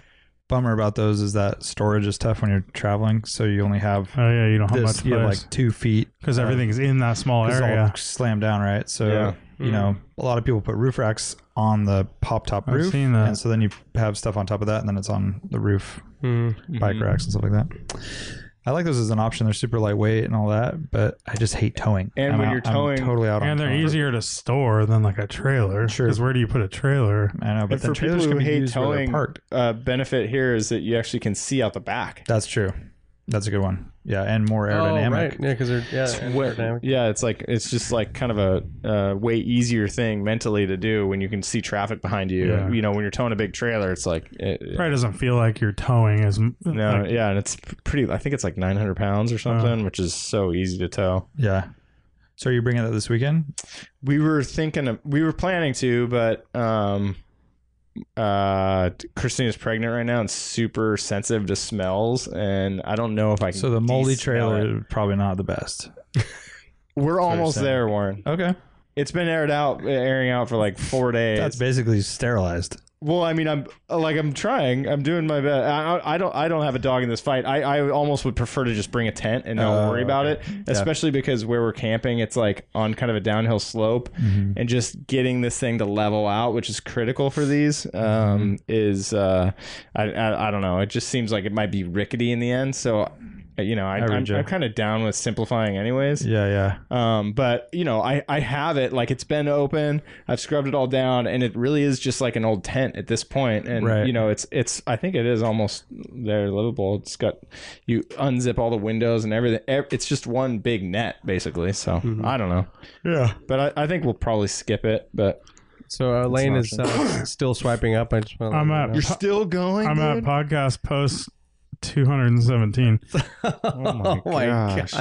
B: bummer about those is that storage is tough when you're traveling, so you only have
A: Oh yeah, you don't have
B: this,
A: much
B: you have
A: place
B: like two feet
A: because everything's in that small
B: It's
A: area.
B: all slammed down, right? So
C: Yeah.
B: you know, a lot of people put roof racks on the pop top
A: I've
B: roof,
A: seen that.
B: and so then you have stuff on top of that, and then it's on the roof,
F: Oh,
A: Mm-hmm.
B: bike racks and stuff like that. I like those as an option. They're super lightweight and all that, but I just hate towing.
C: And
B: I'm
C: when
B: out-
C: you're
B: I'm
C: towing-
B: totally out on
A: And they're
B: towing.
A: easier to store than like a trailer.
B: Sure.
A: Because where do you put a trailer?
B: I know, but
C: And
B: then
C: for people
B: trailers
C: who
B: can be
C: hate
B: used where they're
C: towing,
B: parked.
C: uh, benefit here is that you actually can see out the back.
B: That's true. That's a good one. Yeah, and more aerodynamic.
F: Oh, right. Yeah, because they're yeah, aerodynamic.
C: Yeah, it's like it's just like kind of a uh, way easier thing mentally to do when you can see traffic behind you.
A: Yeah.
C: You know, when you're towing a big trailer, it's like it,
A: Probably doesn't feel like you're towing as m-
C: no,
A: like,
C: yeah, and it's pretty. I think it's like 900 pounds or something, which is so easy to tow.
B: Yeah. So are you bringing that this weekend?
C: We were thinking, of, we were planning to, but um, uh, Christina's pregnant right now and super sensitive to smells, and I don't know if I can.
B: So the moldy
C: de-smell it.
B: trailer probably not the best.
C: We're almost
B: saying.
C: there, Warren.
B: Okay,
C: It's been aired out, airing out for like four days.
B: that's basically sterilized.
C: well, I mean, I'm uh, like I'm trying. I'm doing my best. I, I- I don't. I don't have a dog in this fight. I, I almost would prefer to just bring a tent and not
B: Oh,
C: worry about it, especially because where we're camping, it's like on kind of a downhill slope,
A: Mm-hmm.
C: and just getting this thing to level out, which is critical for these,
B: Mm-hmm.
C: um, is uh, I, I I don't know. It just seems like it might be rickety in the end. So, uh, you know, I, I'm,
B: Average, yeah.
C: I'm kind of down with simplifying, anyways.
B: Yeah, yeah.
C: Um, but you know, I, I have it like it's been open. I've scrubbed it all down, and it really is just like an old tent at this point. And
B: Right.
C: you know, it's it's I think it is almost there livable. It's got you unzip all the windows and everything. Ev- It's just one big net basically. So
B: Mm-hmm.
C: I don't know. Yeah, but I, I think we'll probably skip it. But
F: So uh, Lane is uh, still swiping up. I just want to
A: I'm at
F: let you know.
C: still going.
A: I'm at podcast post 217.
F: Oh my gosh.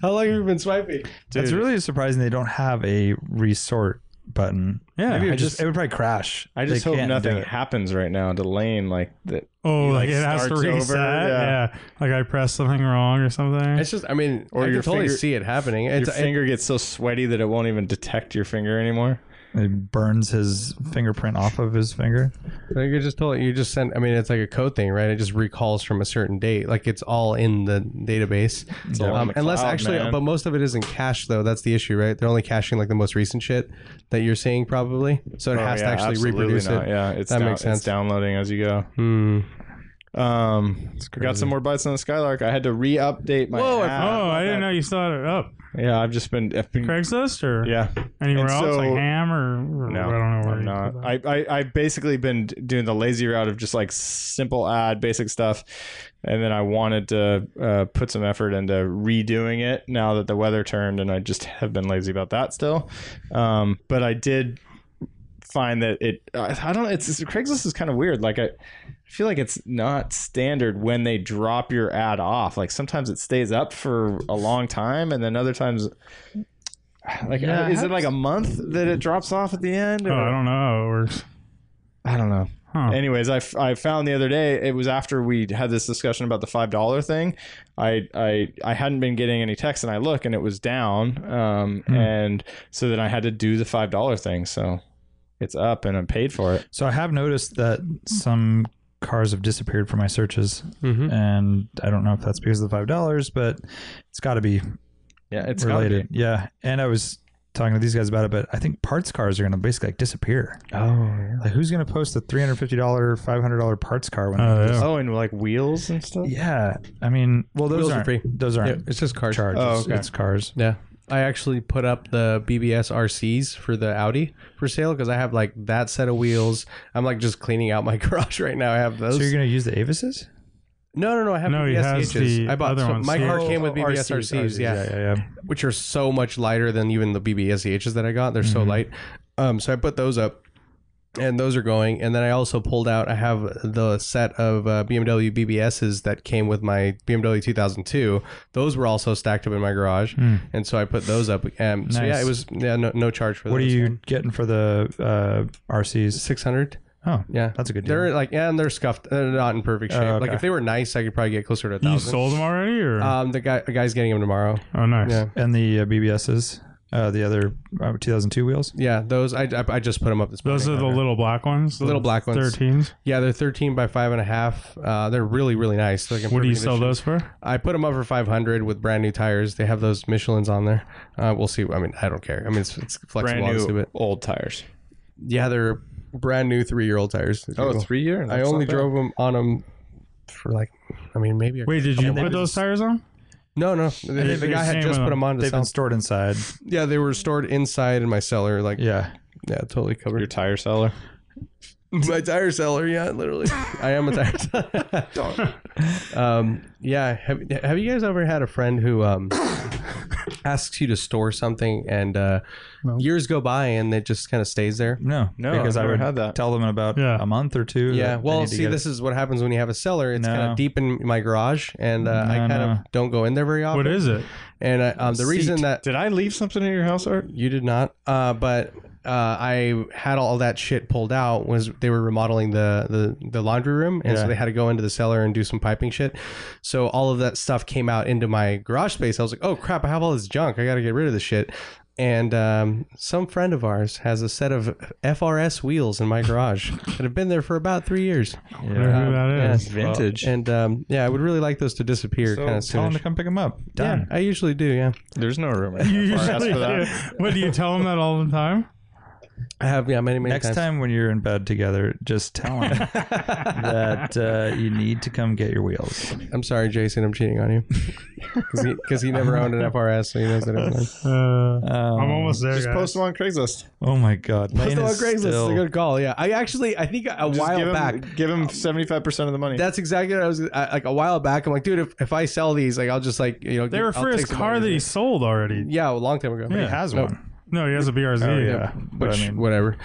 F: How long have you been swiping?
B: It's really surprising they don't have a resort button.
A: Yeah,
B: Maybe it
A: I
B: would just, it would probably crash.
C: I just
B: They
C: hope
B: can't do
C: nothing
B: it.
C: happens right now to Lane. Like that,
A: Oh,
C: He,
A: like,
C: like,
A: it has to
C: starts over,
A: reset.
C: yeah.
A: yeah. like I pressed something wrong or something.
F: It's just, I mean, Mm-hmm.
C: Or
F: I can
C: your
F: totally
C: finger-
F: see it happening. It's,
C: your finger gets so sweaty that it won't even detect your finger anymore.
B: It burns his fingerprint off of his finger.
F: So you just told you just sent. I mean, it's like a code thing, right? It just recalls from a certain date. Like it's all in the database.
C: all in
F: um,
C: the
F: unless
C: cloud,
F: actually,
C: man.
F: but most of it is in cache though. That's the issue, right? They're only caching like the most recent shit that you're seeing probably. So it
C: Oh,
F: has
C: yeah,
F: to actually
C: absolutely
F: reproduce
C: not.
F: it.
C: Yeah, it's
F: That
C: down-
F: makes sense.
C: It's downloading as you go.
F: Hmm.
C: Um, I got some more bites on the Skylark. I had to re-update my.
F: Whoa, I
C: app.
A: oh, I didn't know you saw it up.
C: Yeah, I've just been. I've been
A: Craigslist or
C: yeah,
A: anywhere
C: And
A: else?
C: so-
A: like Ham or, or
C: no,
A: I don't know where.
C: I'm
A: you
C: not.
A: put that.
C: I, I I've basically been d- doing the lazy route of just like simple ad, basic stuff, and then I wanted to uh, put some effort into redoing it now that the weather turned, and I just have been lazy about that still. Um, but I did find that it. I, I don't. It's, it's Craigslist is kind of weird. Like I. I feel like it's not standard when they drop your ad off. Like sometimes it stays up for a long time, and then other times, like,
B: Yeah,
C: is
B: how
C: it like a month that it drops off at the end?
A: oh,
C: or-
A: I don't know how it works.
C: I don't know.
A: Huh.
C: Anyways, I, f- I found the other day it was after we had this discussion about the five dollar thing. I, I I hadn't been getting any texts, and I look and it was down. Um, and so then I had to do the five dollar thing. So it's up, and I paid for it.
B: So I have noticed that some cars have disappeared from my searches,
F: Mhm.
B: and I don't know if that's because of the five dollars, but it's got to be
C: Yeah, it's gotta
B: related. Yeah, and I was talking to these guys about it, but I think parts cars are going to basically like disappear. Oh, like who's going to post a three hundred fifty dollar, five hundred dollar parts car when?
A: Oh,
B: they
A: yeah.
C: be. Oh, and like wheels and stuff.
B: yeah, I mean, well, those
F: Wheels are
B: aren't
F: free.
B: Those
F: Yeah,
B: aren't
F: it's just car
B: charged.
C: Oh,
B: It's-
C: okay.
B: It's cars.
F: Yeah. I actually put up the BBS RCs for the Audi for sale because I have like that set of wheels. I'm like just cleaning out my garage right now. I have those.
B: So you're going to use the Avises?
F: no, no, no. I have
A: No, he has
F: BBS CHs.
A: the
F: I bought
A: other
F: so-
A: ones.
F: my
A: Oh,
F: car came with BBS
B: RCs,
F: RCs. yeah.
B: yeah, yeah, yeah.
F: which are so much lighter than even the BBSEHs that I got. They're
B: Mm-hmm.
F: so light. Um, so I put those up, and those are going. And then I also pulled out. I have the set of uh, BMW BBSs that came with my BMW 2002. Those were also stacked up in my garage, and so I put those up. Um, So yeah,
B: Hmm. Nice.
F: it was yeah, no, no charge for
B: What are
F: those.
B: you getting for the uh, RCs?
F: Six hundred.
B: Oh,
F: Yeah,
B: that's a good deal. Oh,
F: They're like, yeah, and they're scuffed. They're not in perfect shape. Like
B: okay.
F: if they were nice, I could probably get closer to a
A: You
F: thousand.
C: Uh,
A: sold them already, or
F: Um, the guy, the guy's getting them tomorrow.
A: oh, nice.
F: Yeah.
B: and the uh, BBSs. Uh, the other uh, 2002 wheels.
F: Yeah, those I, I, I just put them up this
A: Those are
F: morning.
A: the little black ones. The
F: little black ones.
A: Thirteens.
F: Yeah, they're 13 by five and a half. Uh, they're really really nice. They're like in
A: What do you
F: perfect
A: sell
F: condition.
A: those for?
F: I put them up for 500 with brand new tires. They have those Michelin's on there. Uh, we'll see. I mean, I don't care. I mean, it's, it's flexible,
C: Brand
F: obviously,
C: new
F: but
C: old tires.
F: yeah, they're brand new three year old tires.
C: Oh, three year.
F: I only drove them on them for like, I mean, maybe. a-
A: Wait, did you
F: couple
A: put
F: months.
A: those tires on?
F: No, no. The,
A: they've
F: the
A: been
F: guy had
A: staying
F: just
A: with
F: put
A: them.
F: them on to
B: They've
F: sell.
B: been stored inside.
F: yeah, they were stored inside in my cellar. Like, yeah,
B: Yeah.
F: totally
C: Your
F: covered.
C: tire seller.
F: my tire cellar. Yeah, literally. I am a tire seller. um, yeah. Have, have you guys ever had a friend who um, asks you to store something and uh, years go by and it just kind of stays there?
B: No.
C: No,
B: because
C: I've
B: I
C: never
B: would
C: had that.
B: tell them in about
A: Yeah.
B: a month or two.
F: Yeah.
B: that they
F: Well,
B: need to
F: see,
B: get-
F: this is what happens when you have a cellar. It's kind
B: No.
F: of deep in my garage, and uh, I
B: No,
F: kind
B: no.
F: of don't go in there very often.
A: What is it?
F: And I, um, the reason that
C: Did I leave something in your house, Art?
F: You did not. Uh, but uh, I had all that shit pulled out was they were remodeling the the, the laundry room, and so they had to go into the cellar and do some piping shit. So all of that stuff came out into my garage space. I was like, oh crap, I have all this junk. I got to get rid of this shit. And um, some friend of ours has a set of FRS wheels in my garage that have been there for about three years.
A: Whatever
B: Yeah.
A: that is.
C: Vintage.
F: And um, yeah, I would really like those to disappear
B: So
F: kind of
B: tell them
F: soon.
B: to come pick them up.
F: Yeah,
B: Done.
F: I usually do. Yeah,
C: There's no room.
A: You
C: in that
A: usually
C: for
A: do.
C: that.
A: What do you tell them that all the time?
F: I have. Yeah, many many
B: Next
F: times.
B: time when you're in bed together, just tell them that uh, you need to come get your wheels.
F: I'm sorry, Jason. I'm cheating on you because he, never owned an FRS, so he knows that. It was
A: Uh,
B: Um,
A: I'm almost there,
C: Just
A: guys.
C: post them on Craigslist.
B: Oh my God. Lane
F: Still on
B: is
F: Craigslist.
B: still-
F: It's a good call. Yeah, I actually I think a
C: Just
F: while
C: give him,
F: back.
C: give him seventy five percent of the money.
F: that's exactly what I was I, like a while back. I'm like, dude, if, if I sell these, like I'll just like you know
A: they
F: give-
A: were
F: I'll
A: for his
F: take some
A: car
F: money.
A: that he sold already.
F: yeah a long time ago.
A: Yeah.
B: He has
F: No,
B: one.
A: No, he has a BRZ.
B: yeah. But
F: Which,
B: I mean,
F: whatever.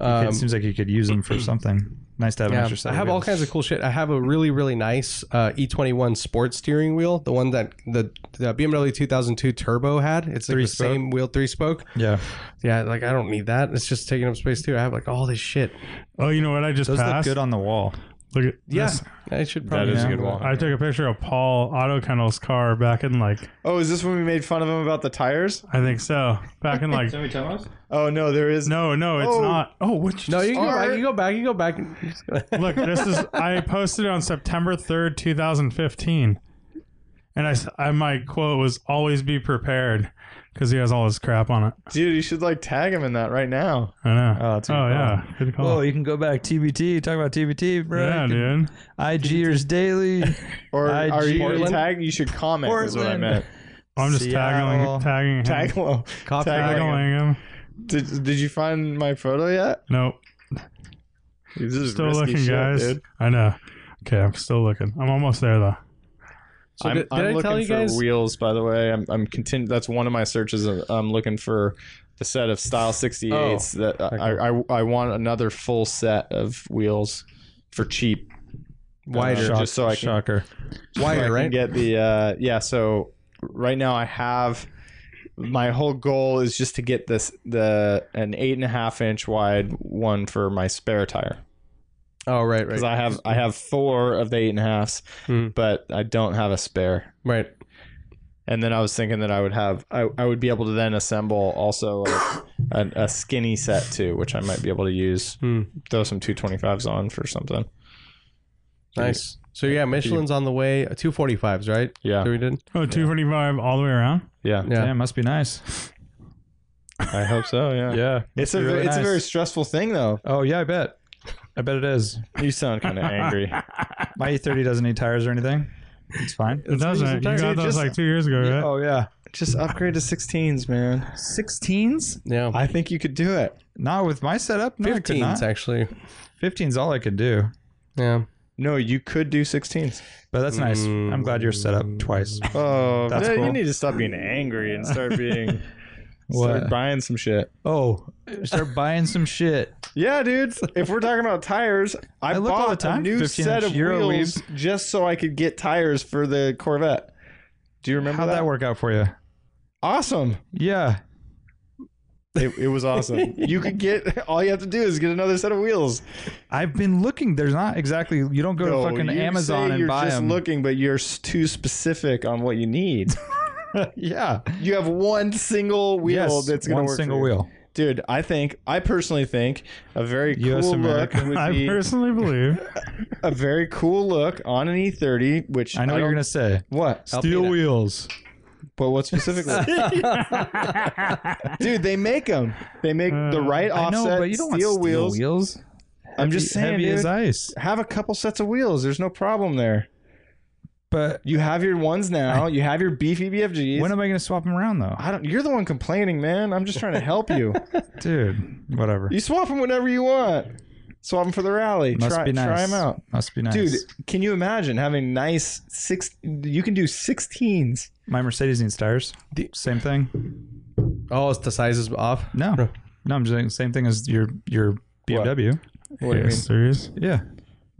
F: Um,
B: it seems like you could use them for something. Nice to have an
F: yeah,
B: extra set
F: I have all
B: wheels.
F: kinds of cool shit. I have a really really nice uh, E21 sports steering wheel, the one that the, the BMW 2002 Turbo had. It's like the
B: Three-spoke.
F: same wheel, three spoke.
B: Yeah.
F: Yeah, like I don't need that. It's just taking up space too. I have like all this shit.
A: Oh, you know what? I just
B: Those
A: passed.
B: look good on the wall.
A: Look at
F: Yeah,
A: this.
F: I should
C: that
F: probably.
C: is
B: yeah.
C: a good one.
A: I took a picture of Paul Auto Kennel's car back in like
C: Oh, is this when we made fun of him about the tires?
A: I think so. Back in like
C: Oh no, there is
A: no, no, it's
C: Oh.
A: not. Oh, what?
F: No, you can go
C: Or-
F: back. You can go back. You can go back. and-
A: Look, this is I posted it on September 3rd, 2015. And I, s- I- my quote was always be prepared cuz he has all his crap on it.
C: dude. You should like tag him in that right now.
A: I know.
B: Oh, that's a good call.
A: yeah. Good call.
B: Whoa, you can go back TBT. Talk about TBT, bro.
A: yeah, dude.
B: IGers daily.
C: Or
B: IG
C: are you
B: Portland?
C: tag? You should comment. Is what I
B: Portland.
C: meant.
A: I'm just
B: Seattle.
A: tagging tagging him.
C: Tag him.
F: Coffee.
C: Tag him.
A: tagging him.
C: Did, did you find my photo yet?
A: Nope.
C: This is
A: Still
C: risky
A: looking,
C: shit,
A: guys.
C: dude.
A: I know. Okay, I'm still looking. I'm almost there though.
F: So
C: I'm,
F: did,
C: I'm
F: did I
C: looking
F: tell you
C: for
F: guys?
C: wheels, by the way. I'm, I'm continu- That's one of my searches. I'm looking for the set of
F: Oh.
C: Style 68s. that I, I, I want another full set of wheels for cheap.
F: Wider.
C: Uh, just so I can
B: Shocker.
F: Wider,
C: I can
F: Oh, right?
C: get the uh, yeah. So right now I have my whole goal is just to get this the an eight and a half inch wide one for my spare tire
F: oh, right,
C: because
F: right,
C: I have I have four of the eight and a halfs,
F: Hmm.
C: but I don't have a spare.
F: right.
C: And then I was thinking that I would have I, I would be able to then assemble also a, a, a skinny set too, which I might be able to use
F: Hmm.
C: throw some two twenty fives on for something.
F: Nice. So yeah, Michelin's on the way. Uh, Two forty fives, right?
C: Yeah,
F: So we did.
A: Oh, 245 all the way around?
C: yeah.
F: Yeah.
B: Yeah, it must be nice.
C: I hope so. Yeah,
B: Yeah.
C: It's a
B: Really
C: it's a
B: nice.
C: very stressful thing though.
B: Oh, yeah, I bet. I bet it is.
C: You sound kind of angry.
B: My E30 doesn't need tires or anything. It's fine.
A: It doesn't. You got
C: Dude,
A: those
C: just-
A: like 2 years ago, right?
B: Oh, yeah.
C: Just upgrade to 16s, man.
B: 16s?
F: Yeah.
C: I think you could do it.
B: Not with my setup. No,
F: Fifteens
B: 15s.
F: actually.
B: 15s all I could do.
F: Yeah.
C: No, you could do 16s.
B: But that's nice. I'm glad you're set up twice.
C: Oh,
B: That's
C: yeah,
B: cool.
C: you need to stop being angry and start being
B: What?
C: start buying some shit.
B: Oh, start buying some shit.
C: Yeah, dude. If we're talking about tires, I,
B: I look all
C: bought
B: the time,
C: a new
B: 15
C: set
B: inch
C: of
B: Euro
C: wheels just so I could get tires for the Corvette. Do you remember
B: How'd that work out for you?
C: Awesome.
B: Yeah.
C: It, it was awesome. you could get all you have to do is get another set of wheels.
B: I've been looking. There's not exactly. You don't go
C: No,
B: to fucking
C: you
B: Amazon
C: say
B: and
C: you're
B: buy
C: just
B: them.
C: looking, but you're s- too specific on what you need.
B: yeah.
C: You have one single wheel
B: yes,
C: that's going to
B: one
C: work.
B: single
C: for you.
B: wheel.
C: Dude, I think, I personally think a very
B: US
C: cool
B: American.
C: look would
A: I
C: be
A: personally believe
C: a very cool look on an E30, which
B: I know what you're
C: don't-
B: gonna say.
C: What?
B: Steel wheels.
C: But what specifically? Dude, they make them. They make the right
B: I
C: offset
B: know, but you don't
C: steel,
B: want steel
C: wheels.
B: wheels.
C: I'm just
B: Heavy-
C: saying,
B: heavy
C: dude,
B: as ice.
C: have a couple sets of wheels. There's no problem there.
B: But
C: You have your ones now. You have your beefy BFGs.
B: when am I gonna swap them around though,
C: I don't. You're the one complaining, man. I'm just trying to help you.
B: dude? Whatever.
C: you swap them whenever you want. Swap them for the rally.
B: Must
C: try,
B: be nice.
C: them out,
B: Must be nice,
C: dude. Can you imagine having nice six? You can do sixteens.
B: My Mercedes needs tires. Same thing.
F: Oh, it's the size is off.
B: No, no. I'm just saying same thing as your your BMW.
C: What do you mean?
A: serious.
B: Yeah,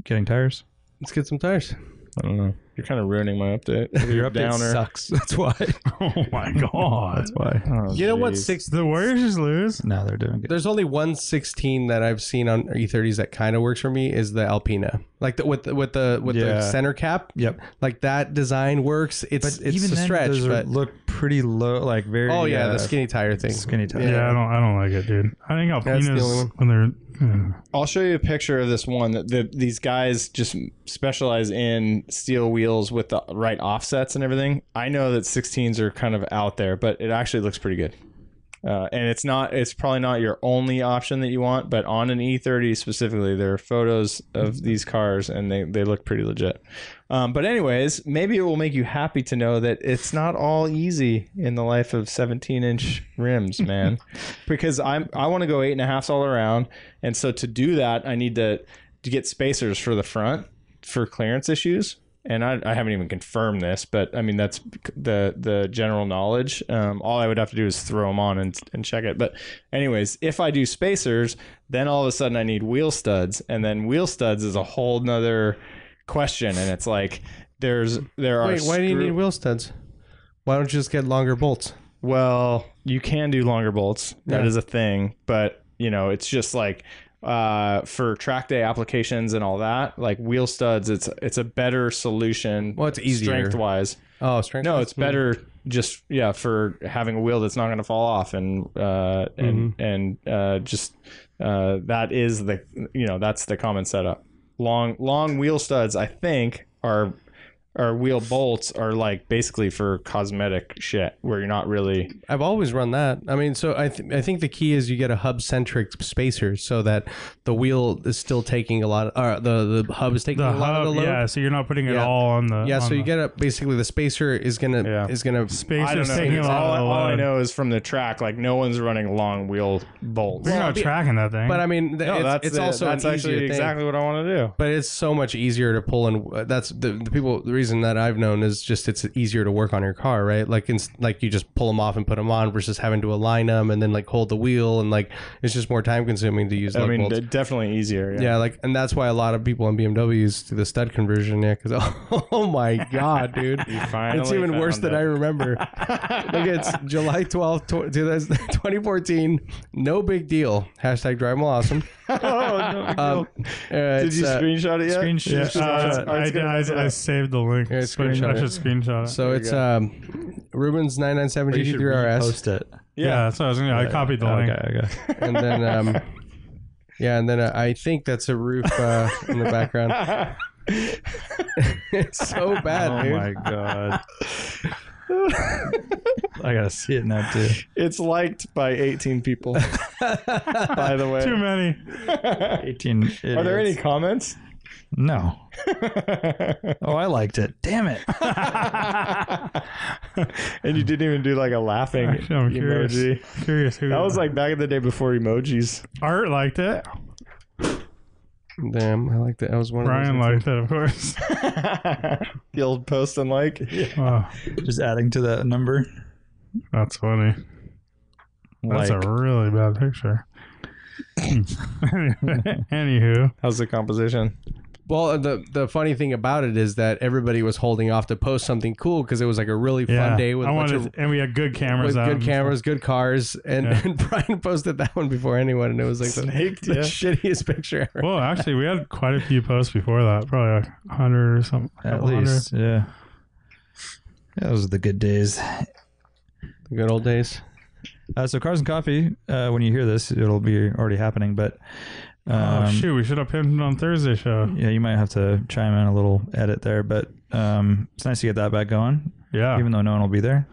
B: getting tires.
F: Let's get some tires.
C: I don't know. You're kind of ruining my update.
B: Your update sucks. That's why.
A: Oh my god!
B: That's why.
G: You know what? Six.
A: the Warriors lose.
B: No, they're doing good.
F: There's only one 16 that I've seen on E30s that kind of works for me is the Alpina. Like the, with the, with the with
B: Yeah.
F: the center cap.
B: Yep.
F: Like that design works. It's it's a stretch,
B: those are-
F: but
B: look pretty low, like very.
F: oh yeah,
B: uh,
F: the skinny tire thing.
B: skinny tires.
A: Yeah, I don't. I don't like it, dude. I think
F: That's the only
A: Alpinas when they're uh,
C: I'll show you a picture of this one that the, these guys just specialize in steel wheels with the right offsets and everything. I know that 16s are kind of out there, but it actually looks pretty good. Uh, and it's not it's probably not your only option that you want, but on an E30 specifically, there are photos of these cars and they, they look pretty legit. Um, but anyways, maybe it will make you happy to know that it's not all easy in the life of 17 inch rims, man. because I'm I want to go eight and a halfs all around, and so to do that, I need to, to get spacers for the front for clearance issues. And I, I haven't even confirmed this, but I mean that's the the general knowledge. Um, all I would have to do is throw them on and, and check it. But anyways, if I do spacers, then all of a sudden I need wheel studs, and then wheel studs is a whole nother question. And it's like there's there are
F: Wait, why do you
C: screw-
F: need wheel studs? Why don't you just get longer bolts?
C: well, you can do longer bolts. That is
F: Yeah.
C: a thing, but you know, it's just like uh, for track day applications and all that, like wheel studs, it's it's a better solution.
F: Well, it's easier.
C: strength wise.
F: Oh, strength.
C: No, it's better just yeah for having a wheel that's not going to fall off and uh, and
F: Mm-hmm.
C: and uh, just uh, that is the you know that's the common setup. Long long wheel studs, I think, are are wheel bolts are like basically for cosmetic shit where you're not really
F: I've always run that. I mean, so I th- I think the key is you get a hub centric spacer so that the wheel is still taking a lot. Of, uh, the the hub is taking
A: the
F: a lot of the
A: hub.
F: load.
A: Yeah, so you're not putting it
F: Yeah.
A: all on the.
F: Yeah,
A: on
F: so you
A: the
F: get a basically the spacer is gonna
C: Yeah.
F: is gonna
C: I don't
A: spacers
C: know.
A: taking a
C: All,
A: lot of the
C: all I
A: load.
C: know is from the track, like no one's running long wheel bolts.
A: You're not tracking that thing.
F: But I mean, th-
C: no,
F: it's,
C: that's
F: it's
C: it.
F: also
C: that's
F: an
C: actually
F: easier thing.
C: exactly what I want to do.
F: But it's so much easier to pull, and uh, that's the, the people. The reason that I've known is just it's easier to work on your car, right? Like, in, like you just pull them off and put them on versus having to align them and then like hold the wheel and like it's just more time consuming to use.
C: I
F: lug
C: mean,
F: bolts.
C: d- definitely easier. Yeah.
F: Yeah, like, and that's why a lot of people on BMWs do the stud conversion. Yeah, because oh, my god, dude, it's
C: finally
F: even worse
C: found
F: than
C: it.
F: I remember. Look, it's July twelfth, tw- 2014. No big deal. Hashtag drive them awesome.
B: Oh,
F: Um,
C: Did you
F: uh,
C: screenshot it yet?
A: Yeah,
B: Screenshot.
A: uh, I, did- I, I saved the link.
F: Yeah,
A: Screen-
F: screenshot
A: I
F: it.
A: should screenshot it.
F: So it's um, Rubens 997 GT3 RS,
B: Post it.
A: yeah, that's what I was gonna. I copied the link.
B: Oh, Okay, okay.
F: and then um, yeah, and then uh, I think that's a roof uh, in the background. it's so bad,
B: Oh
F: dude.
B: my god. I gotta see it now too.
C: It's liked by 18 people. by the way,
A: Too many.
B: 18.
C: are there any comments?
B: No. oh, I liked it. Damn it.
C: And you didn't even do like a laughing
A: Actually, I'm curious.
C: emoji.
A: Curious who
C: That was like back in the day before emojis.
A: Art liked it.
F: Damn, I like that. I was one.
A: Brian
F: of those
A: liked it, of course.
C: the old post and like.
A: Wow,
B: Just adding to that number.
A: Oh, that's funny. That's
C: Like.
A: a really bad picture. Anywho,
C: How's the composition?
F: Well, the the funny thing about it is that everybody was holding off to post something cool because it was like a really fun
A: yeah,
F: day with
A: I
F: a bunch
A: wanted,
F: of
A: and we had good
F: with
A: cameras. out
F: good
A: and-
F: cameras, good cars, and,
A: Yeah.
F: and Brian posted that one before anyone, and it was like the, the shittiest picture ever.
A: Well, actually, we had quite a few posts before that. Probably like hundred or something.
B: At
A: couple hundred.
B: least. Yeah. Those are the good days.
F: The good old days.
B: Uh, so Cars and Coffee, uh, when you hear this, it'll be already happening. But um,
A: oh shoot, we should have pinned it on Thursday show.
B: yeah, you might have to chime in a little edit there. But um, it's nice to get that back going,
A: Yeah.
B: even Oh. though no one will be there.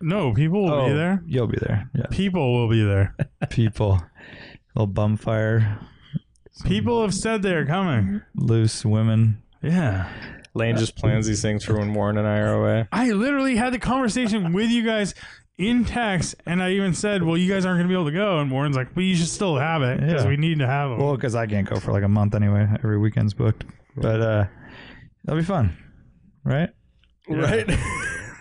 A: no, people will Ah. be there.
B: You'll be there. Yeah,
A: People will be there.
B: people, little bumfire,
A: People have said they're coming.
B: loose women.
A: Yeah.
C: Lane just plans these things for when Warren and I are away.
A: I literally had the conversation with you guys in text, and I even said, "Well, you guys aren't going to be able to go." And Warren's like, "Well, you should still have it because
B: Yeah.
A: we need to have them."
B: Well, because I can't go for like a month anyway. Every weekend's booked. But uh, that'll be fun, right?
F: Right?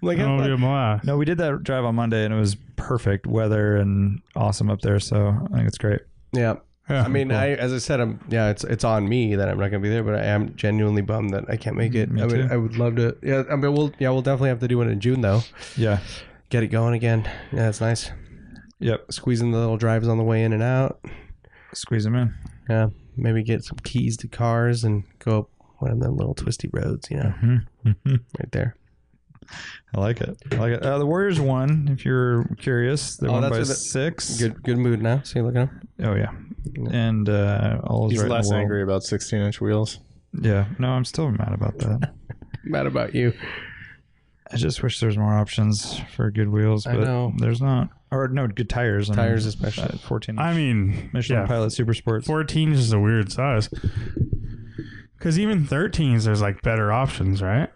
F: like,
A: It'll be a blast.
B: No, we did that drive on Monday, and it was perfect weather and awesome up there. So I think it's great.
F: yeah.
A: Yeah.
F: I mean, I as I said, I'm yeah. It's it's on me that I'm not gonna be there, but I am genuinely bummed that I can't make it.
B: Me
F: I
B: too.
F: would I would love to. Yeah, I mean, we'll yeah, we'll definitely have to do it in June though.
B: Yeah.
F: Get it going again. Yeah, it's nice.
B: Yep.
F: Squeezing the little drives on the way in and out.
B: Squeeze them in.
F: Yeah, maybe get some keys to cars and go up one of them little twisty roads. You know, right there.
B: I like it. I like it. Uh, the Warriors won. If you're curious, they
F: Oh,
B: won
F: that's
B: by
F: what the-
B: six.
F: Good good mood now. See, look at him.
B: Oh yeah. And uh, all is
C: He's
B: right in the
C: less
B: world.
C: angry about 16 inch wheels.
B: Yeah. No, I'm still mad about that.
F: Mad about you.
B: I just wish there's more options for good wheels,
F: I
B: but
F: know.
B: there's not. Or no, good tires. I mean,
F: Tires especially.
B: uh, 14.
A: I mean,
B: Michelin
A: yeah,
B: Pilot Super Sports.
A: 14 is just a weird size. Because even 13s, there's like better options, right?